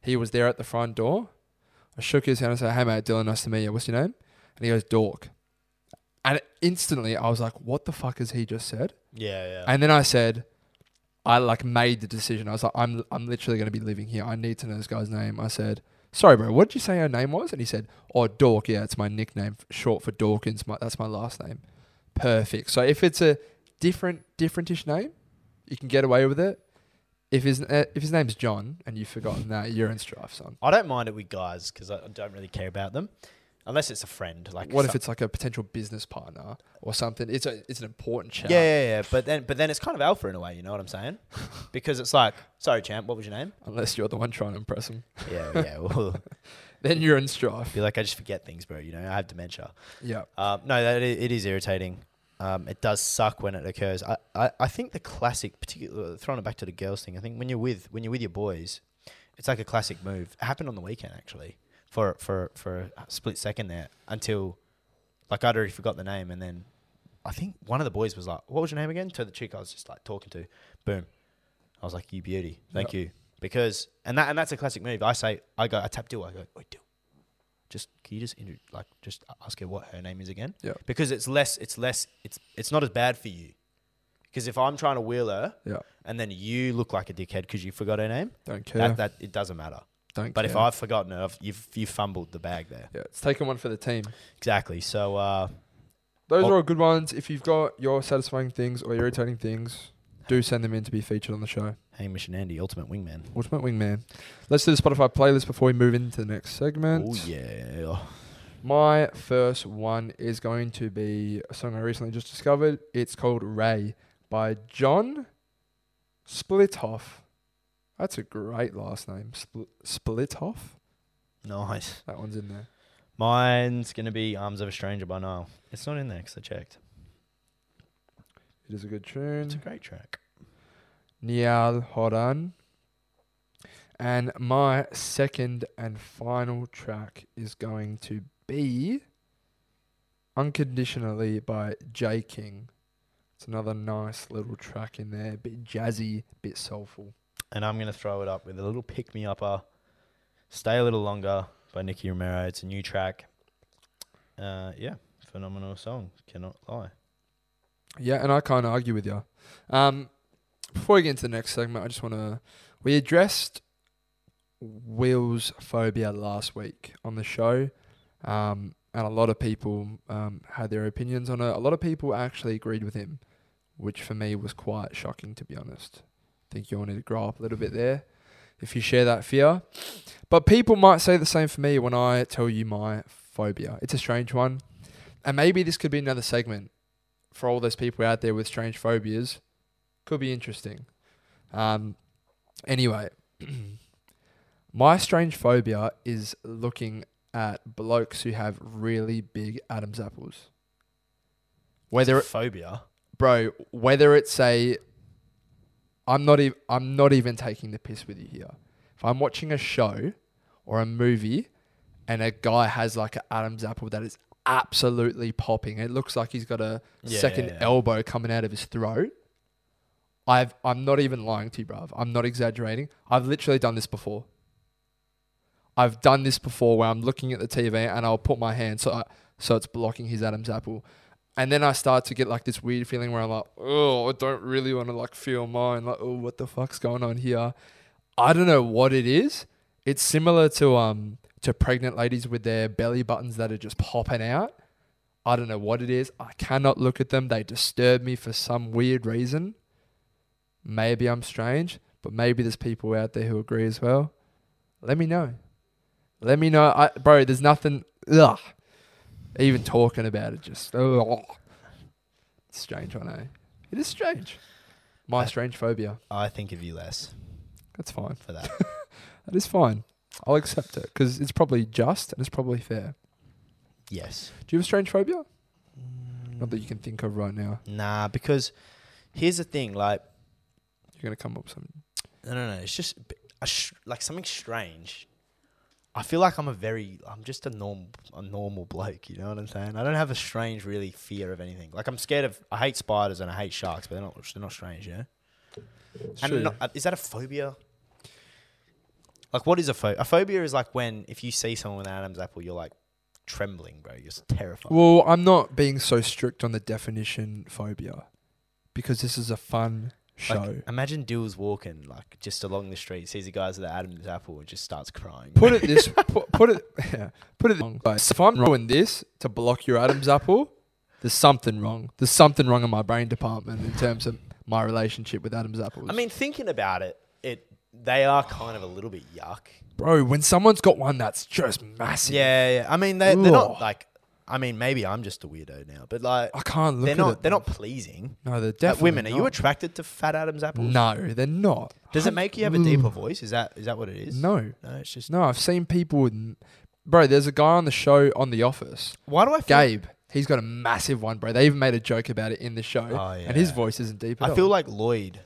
Speaker 1: he was there at the front door. I shook his hand and said, Hey mate, Dylan, nice to meet you. What's your name? And he goes, Dork. And instantly I was like, What the fuck has he just said?
Speaker 2: Yeah, yeah.
Speaker 1: And then I said, I like made the decision. I was like, I'm I'm literally gonna be living here. I need to know this guy's name. I said, Sorry, bro, what did you say your name was? And he said, Oh, Dork. Yeah, it's my nickname, f- short for Dawkins. My, that's my last name. Perfect. So if it's a different differentish name, you can get away with it. If his uh, if his name's John and you've forgotten that, you're in strife, son.
Speaker 2: I don't mind it with guys because I I don't really care about them, unless it's a friend. Like,
Speaker 1: What if
Speaker 2: some-
Speaker 1: it's like a potential business partner or something? It's a it's an important chat.
Speaker 2: Yeah, yeah, yeah. But then, but then it's kind of alpha in a way. You know what I'm saying? because it's like, sorry, champ, what was your name?
Speaker 1: Unless you're the one trying to impress him,
Speaker 2: Yeah, yeah. Well,
Speaker 1: then you're in strife.
Speaker 2: be like, I just forget things, bro. You know, I have dementia.
Speaker 1: Yeah.
Speaker 2: Um, no, that i it is irritating. Um, it does suck when it occurs. I, I, I think the classic, particular throwing it back to the girls thing. I think when you're with when you're with your boys, it's like a classic move. It happened on the weekend actually, for for for a split second there until, like I'd already forgot the name, and then I think one of the boys was like, "What was your name again?" To the chick I was just like talking to, boom, I was like, "You beauty, thank
Speaker 1: Yep.
Speaker 2: you," because and that and that's a classic move. I say, I go, I tap Dill, I go, "Wait, Dill, just can you just intro, like just ask her what her name is again?"
Speaker 1: Yeah.
Speaker 2: because it's less, it's less, it's it's not as bad for you. Because if I'm trying to wheel her,
Speaker 1: Yeah.
Speaker 2: and then you look like a dickhead because you forgot her name,
Speaker 1: Don't care.
Speaker 2: that, that it doesn't matter.
Speaker 1: Don't
Speaker 2: But
Speaker 1: care.
Speaker 2: if I've forgotten her, I've, you've you fumbled the bag there.
Speaker 1: Yeah, it's taken one for the team. Oh.
Speaker 2: Exactly. So uh,
Speaker 1: Those
Speaker 2: Well-
Speaker 1: are all good ones. If you've got your satisfying things or irritating things, do send them in to be featured on the show.
Speaker 2: Hamish and Andy, Ultimate Wingman.
Speaker 1: Ultimate Wingman. Let's do the Spotify playlist before we move into the next segment.
Speaker 2: Oh yeah.
Speaker 1: My first one is going to be a song I recently just discovered. It's called Ray by John Splithoff. That's a great last name. Spl- Splithoff?
Speaker 2: Nice.
Speaker 1: That one's in there.
Speaker 2: Mine's gonna be Arms of a Stranger by Nile. It's not in there because I checked.
Speaker 1: It is a good
Speaker 2: It's a
Speaker 1: tune.
Speaker 2: great track.
Speaker 1: Niall Horan. And my second and final track is going to be Unconditionally by J King. It's another nice little track in there. Bit jazzy, bit soulful.
Speaker 2: And I'm gonna throw it up with a little pick me upper. Stay a little longer by Nicky Romero. It's a new track. Uh, yeah, phenomenal song. Cannot lie.
Speaker 1: Yeah, and I can't argue with you. Um, before we get into the next segment, I just want to. We addressed Will's phobia last week on the show, um, and a lot of people um, had their opinions on it. A lot of people actually agreed with him, which for me was quite shocking, to be honest. I think you all need to grow up a little bit there if you share that fear. But people might say the same for me when I tell you my phobia. It's a strange one. And maybe this could be another segment for all those people out there with strange phobias could be interesting. Um, anyway, my strange phobia is looking at blokes who have really big Adam's apples. Whether
Speaker 2: phobia.
Speaker 1: bro, whether it's a, I'm not even I'm not even taking the piss with you here. If I'm watching a show or a movie, and a guy has like an Adam's apple that is absolutely popping, it looks like he's got a
Speaker 2: Yeah,
Speaker 1: second
Speaker 2: yeah, yeah.
Speaker 1: elbow coming out of his throat. I've I'm not even lying to you, bruv. I'm not exaggerating. I've literally done this before. I've done this before where I'm looking at the TV and I'll put my hand so I, so it's blocking his Adam's apple. And then I start to get like this weird feeling where I'm like, oh, I don't really want to like feel mine. Like, oh, what the fuck's going on here? I don't know what it is. It's similar to um to pregnant ladies with their belly buttons that are just popping out. I don't know what it is. I cannot look at them. They disturb me for some weird reason. Maybe I'm strange, but maybe there's people out there who agree as well. Let me know. Let me know. I, bro, there's nothing. Ugh. Even talking about it just. Ugh. It's strange, I know. It is strange. My strange phobia.
Speaker 2: I think of you less
Speaker 1: That's fine.
Speaker 2: for that.
Speaker 1: That is fine. I'll accept it because it's probably just and it's probably fair.
Speaker 2: yes.
Speaker 1: Do you have a strange phobia? Not that you can think of right now.
Speaker 2: Nah, because here's the thing. Like,
Speaker 1: You're gonna come up with some.
Speaker 2: no, no, no. It's just a bit- a sh- like something strange. I feel like I'm a very, I'm just a normal, a normal bloke. You know what I'm saying? I don't have a strange, really fear of anything. Like I'm scared of, I hate spiders and I hate sharks, but they're not, they're not strange. Yeah.
Speaker 1: True.
Speaker 2: And not, uh, is that a phobia? Like, what is a phobia? A phobia is like when if you see someone with an Adam's apple, you're like trembling, bro. You're just terrified.
Speaker 1: Well, I'm not being so strict on the definition phobia because this is a fun show.
Speaker 2: Like, imagine Dill's walking like just along the street, sees the guys with the Adam's apple, and just starts crying.
Speaker 1: put it this put, put it yeah, put it wrong. But if I'm doing this to block your Adam's apple, there's something wrong. There's something wrong in my brain department in terms of my relationship with Adam's apples.
Speaker 2: I mean, thinking about it, it they are kind of a little bit yuck.
Speaker 1: bro, when someone's got one that's just massive,
Speaker 2: Yeah, yeah. I mean, they, they're
Speaker 1: Ugh.
Speaker 2: not like. I mean, maybe I'm just a weirdo now, but like
Speaker 1: I can't look
Speaker 2: they're
Speaker 1: at
Speaker 2: not
Speaker 1: it.
Speaker 2: they're not pleasing.
Speaker 1: No, they're
Speaker 2: Uh,
Speaker 1: definitely
Speaker 2: women, are you
Speaker 1: not.
Speaker 2: attracted to fat Adam's apples?
Speaker 1: No, they're not.
Speaker 2: Does it make you
Speaker 1: Mm.
Speaker 2: have a deeper voice? Is that is that what it is?
Speaker 1: No,
Speaker 2: no. It's just
Speaker 1: no. I've seen people with, bro. There's a guy on the show on The Office,
Speaker 2: why do I feel
Speaker 1: Gabe. He's got a massive one, bro. They even made a joke about it in the show,
Speaker 2: Oh,
Speaker 1: and his
Speaker 2: yeah.
Speaker 1: voice isn't deep. At
Speaker 2: I feel
Speaker 1: all.
Speaker 2: like Lloyd,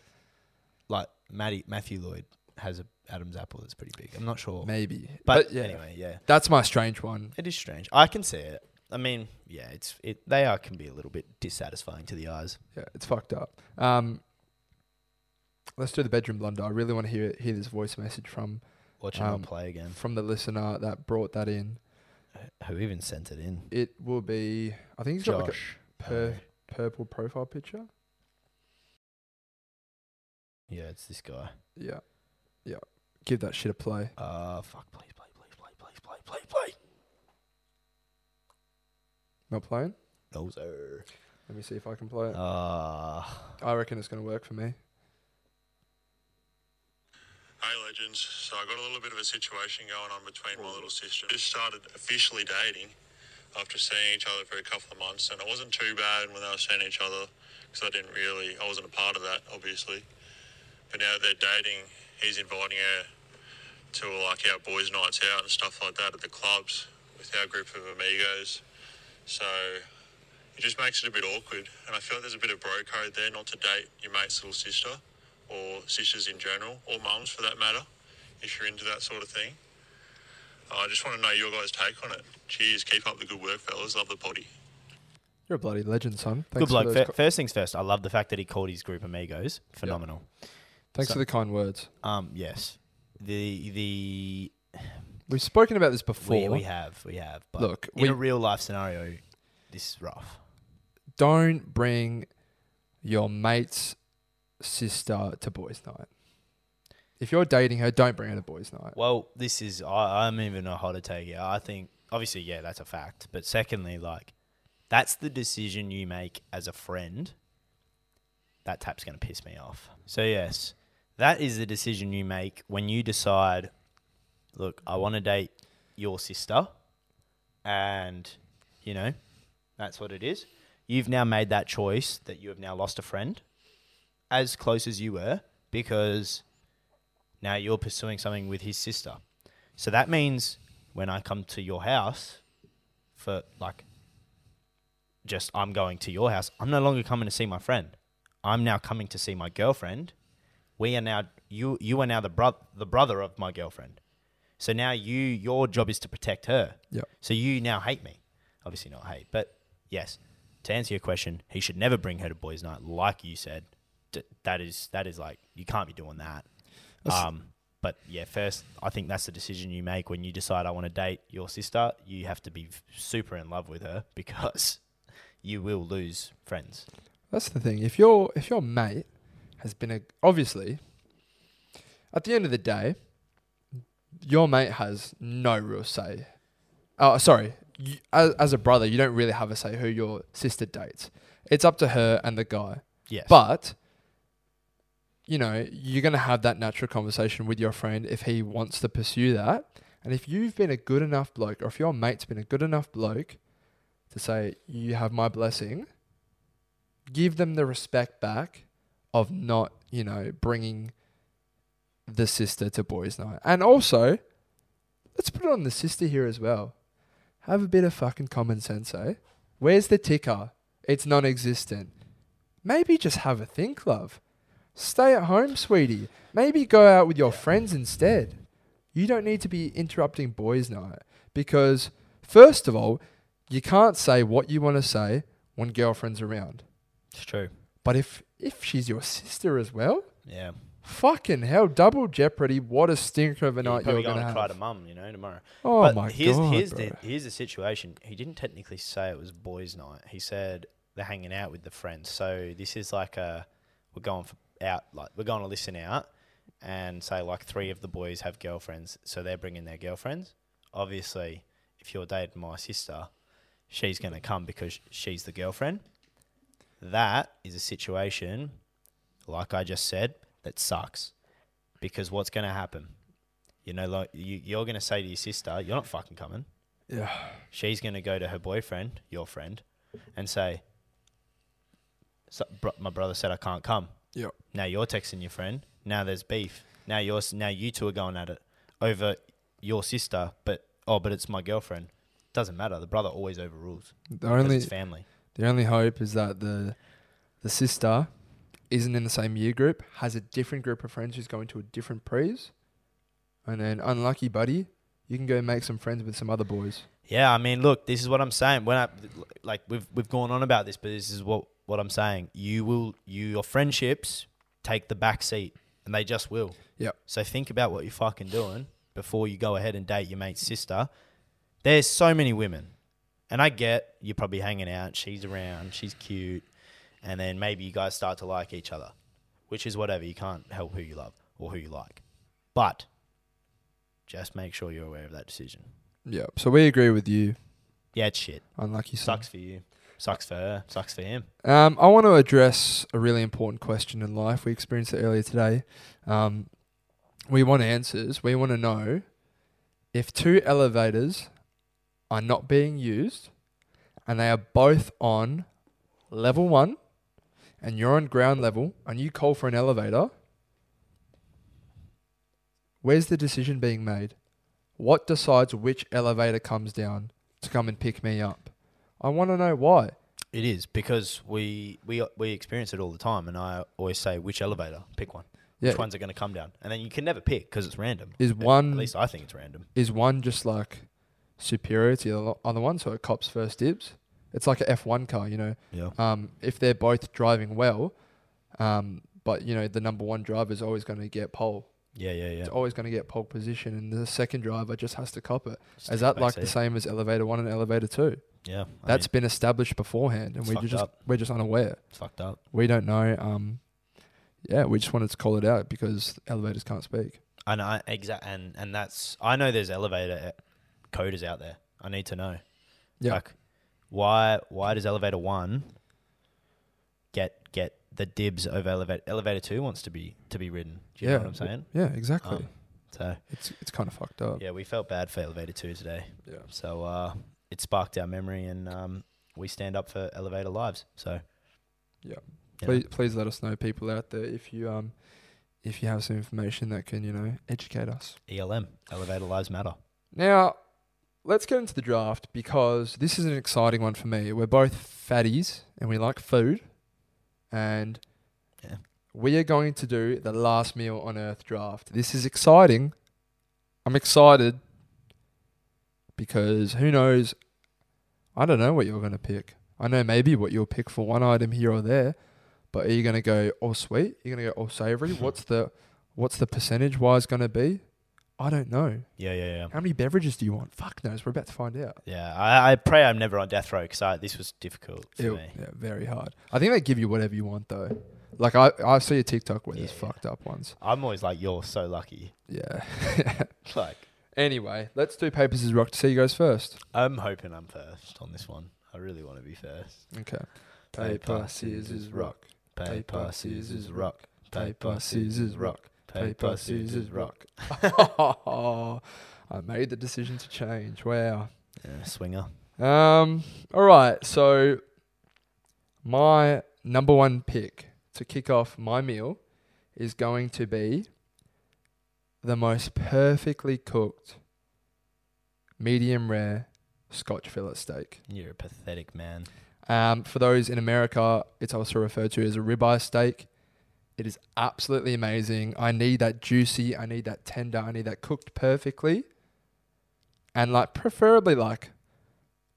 Speaker 2: like Matty, Matthew Lloyd has a Adam's apple that's pretty big. I'm not sure,
Speaker 1: maybe,
Speaker 2: but,
Speaker 1: but, yeah,
Speaker 2: anyway, yeah,
Speaker 1: that's my strange one.
Speaker 2: it is strange. I can see it. I mean, yeah, it's it. They are can be a little bit dissatisfying to the eyes.
Speaker 1: Yeah, it's fucked up. Um, let's do the bedroom blunder. I really want to hear hear this voice message from
Speaker 2: Watching them
Speaker 1: Um,
Speaker 2: play again.
Speaker 1: from the listener that brought that in.
Speaker 2: Who even sent it in?
Speaker 1: It will be. I think he's got like
Speaker 2: Josh.
Speaker 1: a pur- purple profile picture.
Speaker 2: Yeah, it's this guy.
Speaker 1: Yeah, yeah. Give that shit a play.
Speaker 2: Uh fuck! Please, please, please, please, please, please, please, please.
Speaker 1: Not playing.
Speaker 2: No sir.
Speaker 1: Let me see if I can play it.
Speaker 2: Ah,
Speaker 1: I reckon it's going to work for me.
Speaker 5: A Legends. So I got a little bit of a situation going on between my little sister. Just started officially dating after seeing each other for a couple of months, and it wasn't too bad when they were seeing each other because I didn't really, I wasn't a part of that, obviously. But now that they're dating, he's inviting her to like our boys' nights out and stuff like that at the clubs with our group of amigos. So it just makes it a bit awkward, and I feel there's a bit of bro code there not to date your mate's little sister or sisters in general, or mums for that matter, if you're into that sort of thing. I just want to know your guys' take on it. Cheers. Keep up the good work, fellas. Love the potty.
Speaker 1: You're a bloody legend, son. Thanks
Speaker 2: Good
Speaker 1: for
Speaker 2: bloke.
Speaker 1: those
Speaker 2: Fir-
Speaker 1: co-
Speaker 2: first things first, I love the fact that he called his group amigos. Phenomenal.
Speaker 1: thanks for the kind words.
Speaker 2: Um, yes. The the
Speaker 1: We've spoken about this before.
Speaker 2: we, we have we have. But
Speaker 1: Look,
Speaker 2: in
Speaker 1: we-
Speaker 2: a real life scenario, this is rough.
Speaker 1: Don't bring your mate's sister to boys' night. If you're dating her, don't bring her to boys' night.
Speaker 2: Well, this is I, I'm even a hotter take here. I think obviously, yeah, that's a fact. But secondly, like that's the decision you make as a friend. That tap's gonna piss me off. So yes, that is the decision you make when you decide. Look, I want to date your sister, and you know, that's what it is. You've now made that choice that you have now lost a friend, as close as you were, because now you're pursuing something with his sister. So that means when I come to your house for like just I'm going to your house, I'm no longer coming to see my friend. I'm now coming to see my girlfriend. We are now you you are now the brother the brother of my girlfriend. So now you your job is to protect her.
Speaker 1: Yep.
Speaker 2: So you now hate me. Obviously not hate, but yes. To answer your question, he should never bring her to boys' night, like you said. D- that is that is like you can't be doing that. Um, but yeah, first, I think that's the decision you make when you decide I want to date your sister. You have to be f- super in love with her because you will lose friends.
Speaker 1: That's the thing. If your if your mate has been a obviously, at the end of the day, your mate has no real say. Oh, sorry. You, as, as a brother, you don't really have a say who your sister dates. It's up to her and the guy.
Speaker 2: Yes.
Speaker 1: But you know, you're going to have that natural conversation with your friend if he wants to pursue that. And if you've been a good enough bloke or if your mate's been a good enough bloke to say you have my blessing, give them the respect back of not, you know, bringing the sister to boys night. And also, let's put it on the sister here as well. Have a bit of fucking common sense, eh? Where's the ticker? It's non-existent maybe just have a think, love. Stay at home, sweetie. Maybe go out with your friends instead. You don't need to be interrupting boys' night because, first of all, you can't say what you want to say when girlfriend's around.
Speaker 2: it's true.
Speaker 1: But if if she's your sister as well,
Speaker 2: Yeah.
Speaker 1: fucking hell, double jeopardy! What a stinker of a
Speaker 2: You're
Speaker 1: night you're
Speaker 2: probably going
Speaker 1: gonna
Speaker 2: to cry to
Speaker 1: have.
Speaker 2: mum, you know, tomorrow.
Speaker 1: Oh
Speaker 2: but
Speaker 1: my
Speaker 2: here's,
Speaker 1: God,
Speaker 2: Here's
Speaker 1: bro.
Speaker 2: the here's the situation. He didn't technically say it was boys' night. He said they're hanging out with the friends. So this is like a we're going for out like we're going to listen out and say like three of the boys have girlfriends, so they're bringing their girlfriends. Obviously, if you're dating my sister, she's going to come because she's the girlfriend. That is a situation, like I just said, that sucks. Because what's going to happen? You know, like you, you're going to say to your sister, "You're not fucking coming."
Speaker 1: Yeah.
Speaker 2: She's going to go to her boyfriend, your friend, and say, so, bro- "My brother said I can't come."
Speaker 1: Yeah.
Speaker 2: Now you're texting your friend. Now there's beef. Now you're s- now you two are going at it over your sister, but oh, but it's my girlfriend. Doesn't matter. The brother always overrules.
Speaker 1: The
Speaker 2: 'cause
Speaker 1: only
Speaker 2: it's family.
Speaker 1: The only hope is that the the sister isn't in the same year group, has a different group of friends who's going to a different prees, and then unlucky buddy, you can go make some friends with some other boys.
Speaker 2: Yeah, I mean, look, this is what I'm saying. When I like we've we've gone on about this, but this is what what I'm saying. You will you your friendships take the back seat, and they just will.
Speaker 1: Yep.
Speaker 2: So think about what you're fucking doing before you go ahead and date your mate's sister. There's so many women, and I get you're probably hanging out. She's around. She's cute, and then maybe you guys start to like each other, which is whatever. You can't help who you love or who you like, but just make sure you're aware of that decision.
Speaker 1: Yeah. So we agree with you.
Speaker 2: Yeah, it's shit.
Speaker 1: Unlucky son.
Speaker 2: Sucks for you. Sucks for her. Sucks for him.
Speaker 1: Um, I want to address a really important question in life. We experienced it earlier today. Um, We want answers. We want to know if two elevators are not being used and they are both on level one and you're on ground level and you call for an elevator, where's the decision being made? What decides which elevator comes down to come and pick me up? I want to know why.
Speaker 2: It is because we we we experience it all the time, and I always say which elevator, pick one.
Speaker 1: Yeah.
Speaker 2: Which ones are going to come down, and then you can never pick because it's random.
Speaker 1: Is
Speaker 2: At-
Speaker 1: one-
Speaker 2: At least I think it's random.
Speaker 1: Is one just like superior to the lo- other one, so it cops first dibs? It's like a F1 car, you know.
Speaker 2: Yeah.
Speaker 1: um, if they're both driving well, um, but you know the number one driver is always going to get pole.
Speaker 2: Yeah, yeah, yeah.
Speaker 1: It's always going to get pole position, and the second driver just has to cop it. Is
Speaker 2: Just
Speaker 1: that
Speaker 2: take
Speaker 1: like the
Speaker 2: backseat.
Speaker 1: same as elevator one and elevator two?
Speaker 2: Yeah. I
Speaker 1: That's
Speaker 2: mean,
Speaker 1: been established beforehand, and
Speaker 2: It's
Speaker 1: we
Speaker 2: fucked
Speaker 1: just
Speaker 2: up.
Speaker 1: we're just unaware.
Speaker 2: it's fucked up.
Speaker 1: We don't know. Um, yeah, we just wanted to call it out because elevators can't speak.
Speaker 2: And I exact and and that's I know there's elevator uh, coders out there. I need to know.
Speaker 1: Yeah,
Speaker 2: Like, why why does elevator one get get the dibs over elevator elevator two wants to be to be ridden? Do you
Speaker 1: yeah,
Speaker 2: know what I'm saying?
Speaker 1: Yeah, exactly.
Speaker 2: Um, So
Speaker 1: it's it's kind of fucked up.
Speaker 2: yeah, we felt bad for elevator two today.
Speaker 1: Yeah.
Speaker 2: So uh, it sparked our memory, and um, we stand up for elevator lives. So
Speaker 1: Yeah.
Speaker 2: You know,
Speaker 1: Please, please let us know, people out there, if you um, if you have some information that can you know educate us.
Speaker 2: ELM E elevator lives matter.
Speaker 1: Now, let's get into the draft because this is an exciting one for me. We're both fatties and we like food. And
Speaker 2: Yeah.
Speaker 1: we are going to do the last meal on earth draft. This is exciting. I'm excited because who knows? I don't know what you're going to pick. I know maybe what you'll pick for one item here or there, but are you going to go all sweet? You're going to go all savory? what's the what's the percentage wise going to be? I don't know.
Speaker 2: Yeah, yeah, yeah.
Speaker 1: How many beverages do you want? Fuck knows. We're about to find out.
Speaker 2: Yeah, I, I pray I'm never on death row because this was difficult for
Speaker 1: Ew.
Speaker 2: me.
Speaker 1: Yeah, very hard. I think they give you whatever you want though. Like I, I see a TikTok where there's
Speaker 2: Yeah.
Speaker 1: fucked up ones.
Speaker 2: I'm always like, you're so lucky.
Speaker 1: Yeah.
Speaker 2: Like,
Speaker 1: anyway, let's do paper scissors rock to see you guys first.
Speaker 2: I'm hoping I'm first on this one. I really want to be first.
Speaker 1: Okay.
Speaker 2: Paper, scissors, rock. Paper, scissors, rock. Paper, scissors, rock. Paper, scissors, rock.
Speaker 1: I made the decision to change. Wow.
Speaker 2: Yeah, swinger.
Speaker 1: Um. All right. So my number one pick to kick off my meal is going to be the most perfectly cooked medium rare Scotch fillet steak.
Speaker 2: You're a pathetic man.
Speaker 1: Um, for those in America, it's also referred to as a ribeye steak. It is absolutely amazing. I need that juicy, I need that tender, I need that cooked perfectly. And like preferably like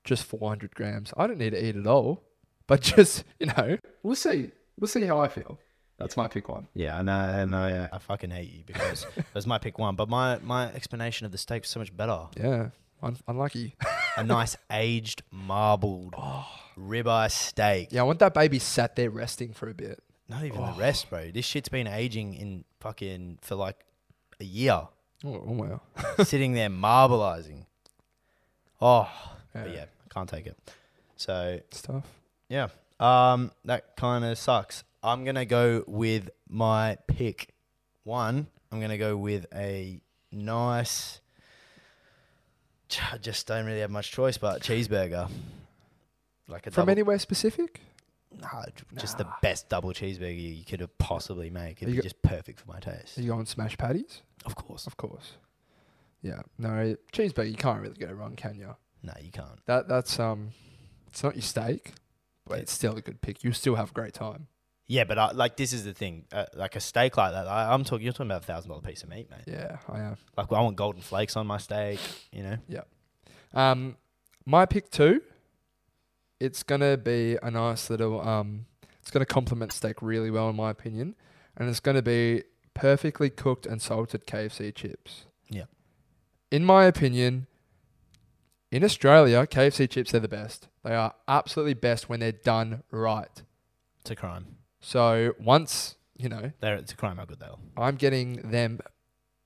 Speaker 1: just 400 grams. I don't need to eat it all, but just, you know, we'll see. We'll see how I feel. That's my pick one.
Speaker 2: Yeah, I know, I know. Yeah. I fucking hate you because it was my pick one. But my, my explanation of the steak was so much better.
Speaker 1: Yeah. Un- unlucky.
Speaker 2: A nice aged, marbled ribeye steak.
Speaker 1: yeah, I want that baby sat there resting for a bit.
Speaker 2: Not even the rest, bro. This shit's been aging in fucking for like a year,
Speaker 1: Oh, oh wow.
Speaker 2: sitting there marbleizing. Oh, but
Speaker 1: Yeah.
Speaker 2: yeah, I can't take it. So
Speaker 1: It's tough.
Speaker 2: yeah, um, that kind of sucks. I'm gonna go with my pick one. I'm gonna go with a nice. I just don't really have much choice, but cheeseburger. Like a
Speaker 1: From
Speaker 2: double,
Speaker 1: anywhere specific?
Speaker 2: Nah, j- just the best double cheeseburger you could have possibly make. It'd
Speaker 1: You
Speaker 2: be
Speaker 1: got-
Speaker 2: just perfect for my taste.
Speaker 1: Are you going smash patties?
Speaker 2: Of course.
Speaker 1: Of course. Yeah. No, cheeseburger, you can't really go wrong, can you?
Speaker 2: No, you can't.
Speaker 1: That that's um it's not your steak, but
Speaker 2: Yeah.
Speaker 1: it's still a good pick. You'll still have a great time.
Speaker 2: Yeah, but I, like this is the thing. Uh, like a steak like that, I, I'm talking. You're talking about a thousand dollar piece of meat, mate.
Speaker 1: Yeah, I am.
Speaker 2: Like I want golden flakes on my steak. You know.
Speaker 1: Um my pick two, it's gonna be a nice little um it's gonna complement steak really well in my opinion. And it's gonna be perfectly cooked and salted KFC chips.
Speaker 2: Yeah.
Speaker 1: In my opinion, in Australia, KFC chips are the best. They are absolutely best when they're done right.
Speaker 2: It's a crime.
Speaker 1: So once, you know,
Speaker 2: They're, it's a crime how good they are.
Speaker 1: I'm getting them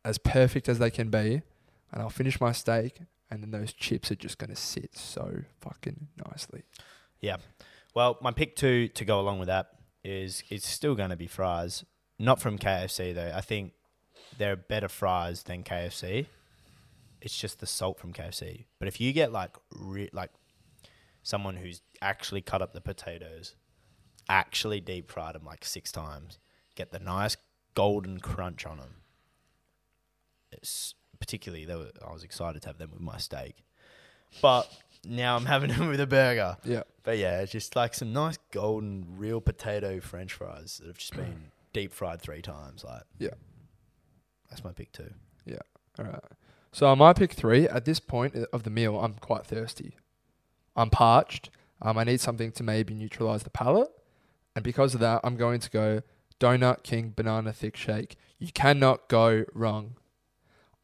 Speaker 1: as perfect as they can be, and I'll finish my steak, and then those chips are just going to sit so fucking nicely.
Speaker 2: Yeah. Well, my pick two to go along with that is it's still going to be fries. Not from KFC though. I think there are better fries than KFC. It's just the salt from KFC. But if you get like re- like someone who's actually cut up the potatoes, actually deep fried them like six times, get the nice golden crunch on them. It's particularly they were, I was excited to have them with my steak, but now I'm having them with a burger.
Speaker 1: Yeah.
Speaker 2: But yeah, it's just like some nice golden real potato French fries that have just been deep fried three times. Like,
Speaker 1: Yeah.
Speaker 2: that's my pick too.
Speaker 1: All right. So I might pick three. At this point of the meal, I'm quite thirsty. I'm parched. Um, I need something to maybe neutralize the palate. And because of that, I'm going to go Donut King Banana Thick Shake. You cannot go wrong.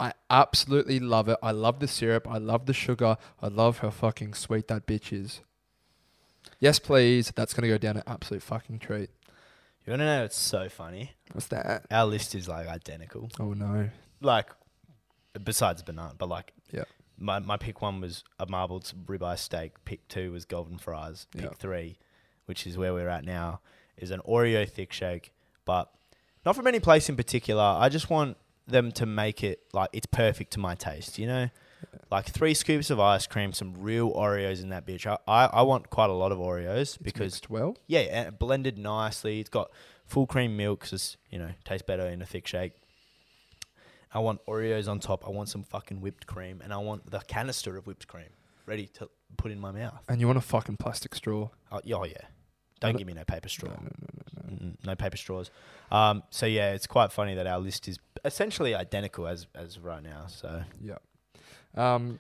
Speaker 1: I absolutely love it. I love the syrup. I love the sugar. I love how fucking sweet that bitch is. Yes, please. That's going to go down an absolute fucking treat.
Speaker 2: You want to know? It's so funny.
Speaker 1: What's that?
Speaker 2: Our list is like identical.
Speaker 1: Oh, no.
Speaker 2: Like, besides banana, but like,
Speaker 1: Yeah.
Speaker 2: My my pick one was a marbled ribeye steak. Pick two was golden fries. Pick
Speaker 1: Yeah.
Speaker 2: three, which is where we're at now, is an Oreo thick shake, but not from any place in particular. I just want them to make it like it's perfect to my taste. You know, like three scoops of ice cream, some real Oreos in that bitch. I I, I want quite a lot of Oreos because
Speaker 1: Mixed well,
Speaker 2: yeah, and it blended nicely. It's got full cream milk, 'cause it's you know tastes better in a thick shake. I want Oreos on top. I want some fucking whipped cream, and I want the canister of whipped cream ready to put in my mouth.
Speaker 1: and you want a fucking plastic straw.
Speaker 2: Oh, yeah, oh, yeah.
Speaker 1: I
Speaker 2: Don't
Speaker 1: don't-
Speaker 2: give me no paper straw.
Speaker 1: No, no, no, no, no.
Speaker 2: Mm-mm, no paper straws. Um, so yeah, it's quite funny that our list is essentially identical as as right now. So
Speaker 1: Um,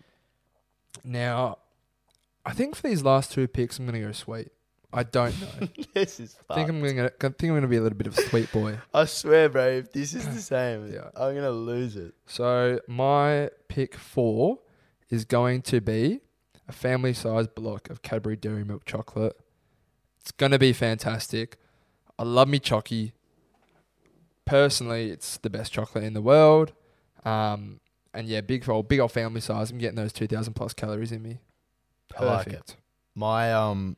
Speaker 1: now, I think for these last two picks, I'm going to go sweet. I don't know.
Speaker 2: this is.
Speaker 1: I think
Speaker 2: fucked.
Speaker 1: I'm going to think I'm going to be a little bit of a sweet boy.
Speaker 2: I swear, bro. If this is the same,
Speaker 1: Yeah.
Speaker 2: I'm gonna lose it.
Speaker 1: So my pick four is going to be a family-sized block of Cadbury Dairy Milk chocolate. It's going to be fantastic. I love me chocky. Personally, it's the best chocolate in the world. Um, and yeah, big old, big old family size. I'm getting those 2,000 plus calories in me.
Speaker 2: I like it.
Speaker 1: Perfect.
Speaker 2: My um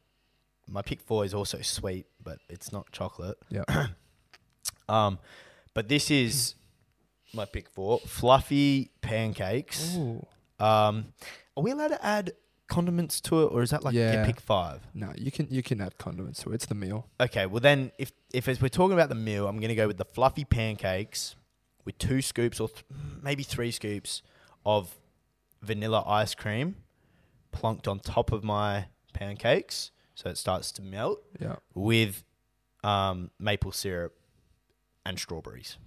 Speaker 2: my pick four is also sweet, but it's not chocolate.
Speaker 1: Yeah.
Speaker 2: um but this is my pick four. Fluffy pancakes.
Speaker 1: Ooh.
Speaker 2: Um are we allowed to add condiments to it or is that like
Speaker 1: Yeah.
Speaker 2: your pick five?
Speaker 1: No, you can you can add condiments to it. It's the meal.
Speaker 2: Okay, well then if if as we're talking about the meal, I'm gonna go with the fluffy pancakes with two scoops or th- maybe three scoops of vanilla ice cream plonked on top of my pancakes so it starts to melt.
Speaker 1: Yeah.
Speaker 2: with um, maple syrup and strawberries.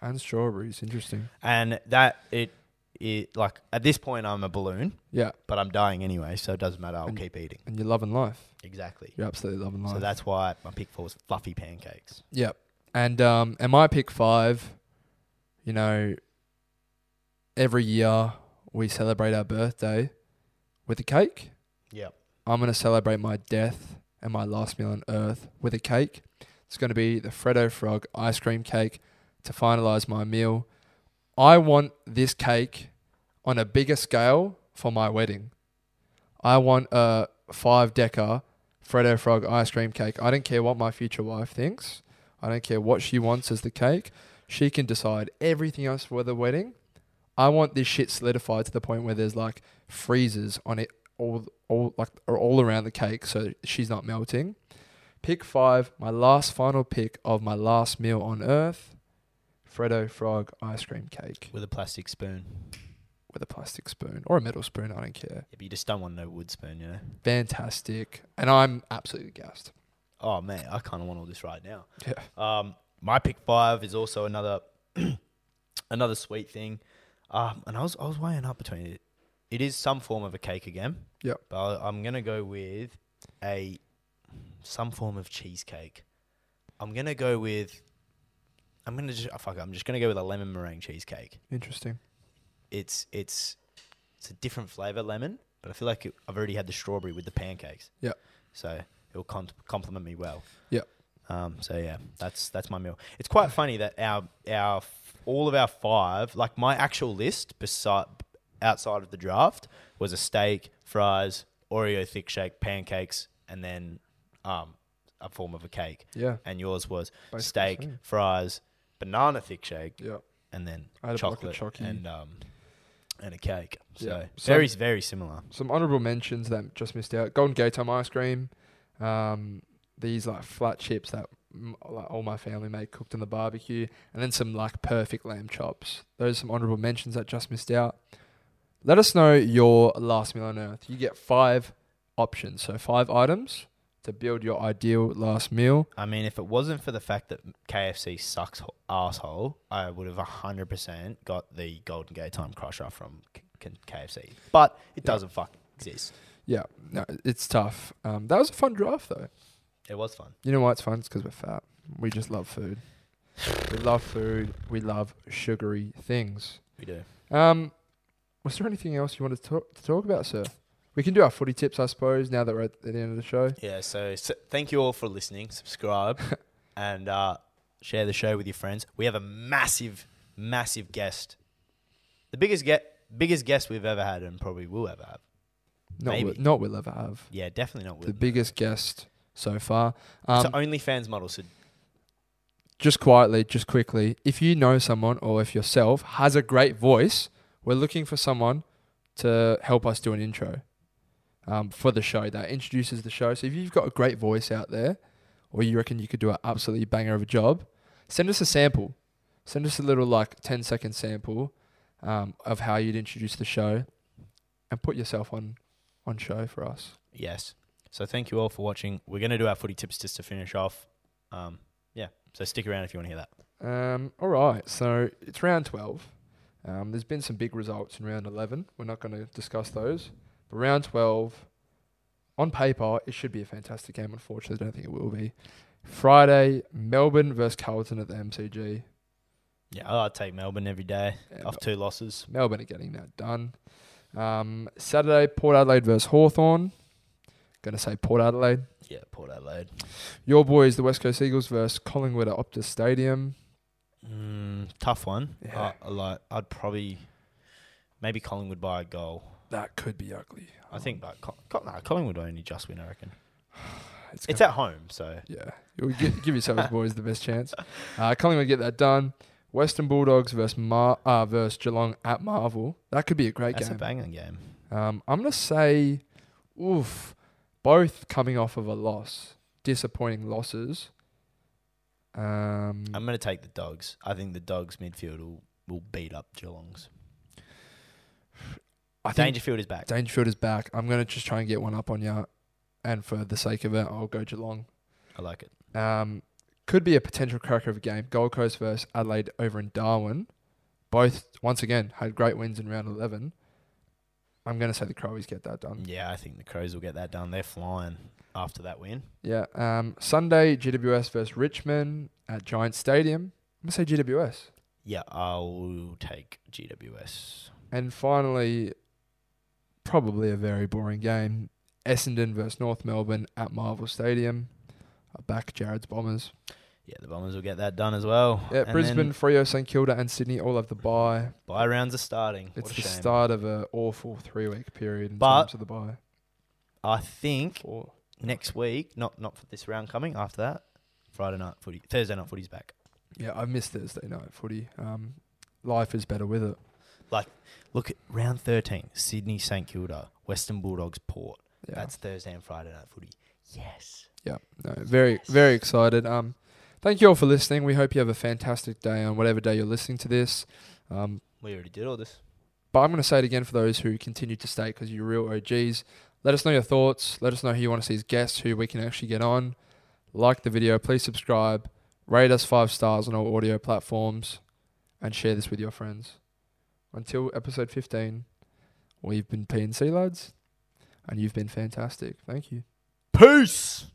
Speaker 1: And strawberries. Interesting.
Speaker 2: And that it it like at this point I'm a balloon,
Speaker 1: Yeah.
Speaker 2: but I'm dying anyway, so it doesn't matter. I'll
Speaker 1: And-
Speaker 2: keep eating.
Speaker 1: And you're loving life.
Speaker 2: Exactly.
Speaker 1: You're absolutely loving life.
Speaker 2: So that's why my pick four is fluffy pancakes.
Speaker 1: Yep. And um and my pick five, you know, every year we celebrate our birthday with a cake.
Speaker 2: Yep.
Speaker 1: I'm gonna celebrate my death and my last meal on earth with a cake. It's gonna be the Freddo Frog ice cream cake to finalize my meal. I want this cake on a bigger scale for my wedding. I want a five decker Freddo Frog ice cream cake. I don't care what my future wife thinks. I don't care what she wants as the cake. She can decide everything else for the wedding. I want this shit solidified to the point where there's like freezers on it all all like are all around the cake so she's not melting. Pick five, my last final pick of my last meal on earth, Freddo Frog ice cream cake
Speaker 2: With a plastic spoon.
Speaker 1: with a plastic spoon or a metal spoon, I don't care.
Speaker 2: Yeah, but you just don't want no wood spoon, you know?
Speaker 1: Fantastic. And I'm absolutely gassed.
Speaker 2: Oh man, I kinda want all this right now.
Speaker 1: Yeah.
Speaker 2: Um, my pick five is also another another sweet thing. Um, and I was I was weighing up between it. It is some form of a cake again.
Speaker 1: Yep.
Speaker 2: But I- I'm gonna go with a some form of cheesecake. I'm gonna go with I'm gonna just oh, fuck. it, I'm just gonna go with a lemon meringue cheesecake.
Speaker 1: Interesting.
Speaker 2: It's it's it's a different flavor lemon, but I feel like it, I've already had the strawberry with the pancakes.
Speaker 1: Yep.
Speaker 2: So it will com- complement me well.
Speaker 1: Yep.
Speaker 2: Um, so yeah, that's that's my meal. It's quite funny that our our f- all of our five, like my actual list, beside outside of the draft, was a steak, fries, Oreo thick shake, pancakes, and then um, a form of a cake.
Speaker 1: Yeah.
Speaker 2: And yours was
Speaker 1: Basically
Speaker 2: steak,
Speaker 1: same.
Speaker 2: fries, banana thick shake,
Speaker 1: Yeah.
Speaker 2: and then
Speaker 1: I had a block of
Speaker 2: chocolate
Speaker 1: chocky.
Speaker 2: and um and a cake. So
Speaker 1: Yeah. So-
Speaker 2: very very similar.
Speaker 1: Some honourable mentions that just missed out: Golden Gate Time ice cream, um, these like flat chips that m- like all my family made cooked in the barbecue, and then some like perfect lamb chops. Those are some honourable mentions that just missed out. Let us know your last meal on earth. You get five options, so five items to build your ideal last meal.
Speaker 2: I mean, if it wasn't for the fact that KFC sucks ho- asshole, I would have hundred percent got the Golden Gate Time Crusher from K- K- KFC. But it
Speaker 1: Yeah.
Speaker 2: doesn't fucking exist.
Speaker 1: Yeah, no, it's tough. Um, that was a fun draft though.
Speaker 2: It was fun.
Speaker 1: You know why it's fun? It's because we're fat. We just love food. We love food. We love sugary things.
Speaker 2: We do.
Speaker 1: Um, was there anything else you wanted to talk, to talk about, sir? We can do our footy tips, I suppose, now that we're at the end of the show.
Speaker 2: Yeah. So, s thank you all for listening. Subscribe and uh, share the show with your friends. We have a massive, massive guest. The biggest get biggest guest we've ever had and probably will ever have.
Speaker 1: Not,
Speaker 2: Maybe.
Speaker 1: we- not we'll ever have.
Speaker 2: Yeah, definitely not.
Speaker 1: the
Speaker 2: Will.
Speaker 1: biggest guest so far.
Speaker 2: It's
Speaker 1: Um,
Speaker 2: an OnlyFans model. So
Speaker 1: just quietly, just quickly, if you know someone or if yourself has a great voice, we're looking for someone to help us do an intro um, for the show that introduces the show. So if you've got a great voice out there, or you reckon you could do an absolutely banger of a job, send us a sample. Send us a little like 10 second sample um, of how you'd introduce the show and put yourself on on show for us.
Speaker 2: yes. So thank you all for watching. We're gonna do our footy tips just to finish off. Um, yeah. So stick around if you want to hear that.
Speaker 1: Um, all right, so it's round 12. Um, there's been some big results in round 11. We're not going to discuss those. But round 12, on paper, it should be a fantastic game. Unfortunately, I don't think it will be. Friday, Melbourne versus Carlton at the MCG.
Speaker 2: Yeah, I'll Oh, take Melbourne every day
Speaker 1: And
Speaker 2: off two losses.
Speaker 1: Melbourne are getting that done. Um, Saturday, Port Adelaide versus Hawthorn. Going to say Port Adelaide.
Speaker 2: Yeah, Port Adelaide.
Speaker 1: Your boys, the West Coast Eagles versus Collingwood at Optus Stadium.
Speaker 2: Mm, tough one.
Speaker 1: Yeah.
Speaker 2: I, I like, I'd probably maybe Collingwood by a goal.
Speaker 1: That could be ugly.
Speaker 2: I think, but Col- Col- nah, Collingwood only just win. I reckon it's
Speaker 1: gonna-
Speaker 2: at home, so
Speaker 1: Yeah, You'll gi- give yourselves boys the best chance. Uh, Collingwood get that done. Western Bulldogs versus Mar- uh, versus Geelong at Marvel. That could be a great
Speaker 2: that's a
Speaker 1: game.
Speaker 2: banging game.
Speaker 1: um, I'm gonna say, oof, both coming off of a loss, disappointing losses. Um,
Speaker 2: I'm going to take the Dogs. I think the Dogs midfield will, will beat up Geelong's.
Speaker 1: I think
Speaker 2: Dangerfield is back.
Speaker 1: Dangerfield is back. I'm gonna just try and get one up on you, and for the sake of it, I'll go Geelong.
Speaker 2: I like it.
Speaker 1: Um, could be a potential cracker of a game. Gold Coast versus Adelaide over in Darwin. Both, once again, had great wins in round 11. I'm going to say the Crowies get that done.
Speaker 2: Yeah, I think the Crows will get that done. They're flying after that win.
Speaker 1: Yeah. Um, Sunday, GWS versus Richmond at Giant Stadium. I'm going to say GWS.
Speaker 2: Yeah, I'll take GWS.
Speaker 1: And finally, probably a very boring game. Essendon versus North Melbourne at Marvel Stadium. I back Jared's Bombers.
Speaker 2: Yeah, the Bombers will get that done as well.
Speaker 1: Yeah,
Speaker 2: And then
Speaker 1: Brisbane, Frio, St Kilda, and Sydney all have the bye.
Speaker 2: Bye rounds are starting.
Speaker 1: It's
Speaker 2: what a
Speaker 1: the
Speaker 2: shame.
Speaker 1: start of an awful three week period in
Speaker 2: But-
Speaker 1: terms of the bye.
Speaker 2: I think
Speaker 1: Four.
Speaker 2: next week, not not for this round coming. After that, Friday night footy, Thursday night footy's back.
Speaker 1: Yeah, I missed Thursday night footy. Um, life is better with it.
Speaker 2: Look at round thirteen: Sydney, St Kilda, Western Bulldogs, Port.
Speaker 1: Yeah,
Speaker 2: That's Thursday and Friday night footy. Yes.
Speaker 1: yeah. No, very very excited. Um, thank you all for listening. We hope you have a fantastic day on whatever day you're listening to this. Um,
Speaker 2: We already did all this.
Speaker 1: but I'm going to say it again for those who continue to stay because you're real OGs. Let us know your thoughts. Let us know who you want to see as guests, who we can actually get on. Like the video, please subscribe, rate us five stars on all audio platforms, and share this with your friends. Until episode 15, we've been PNC lads, and you've been fantastic. Thank you.
Speaker 2: Peace.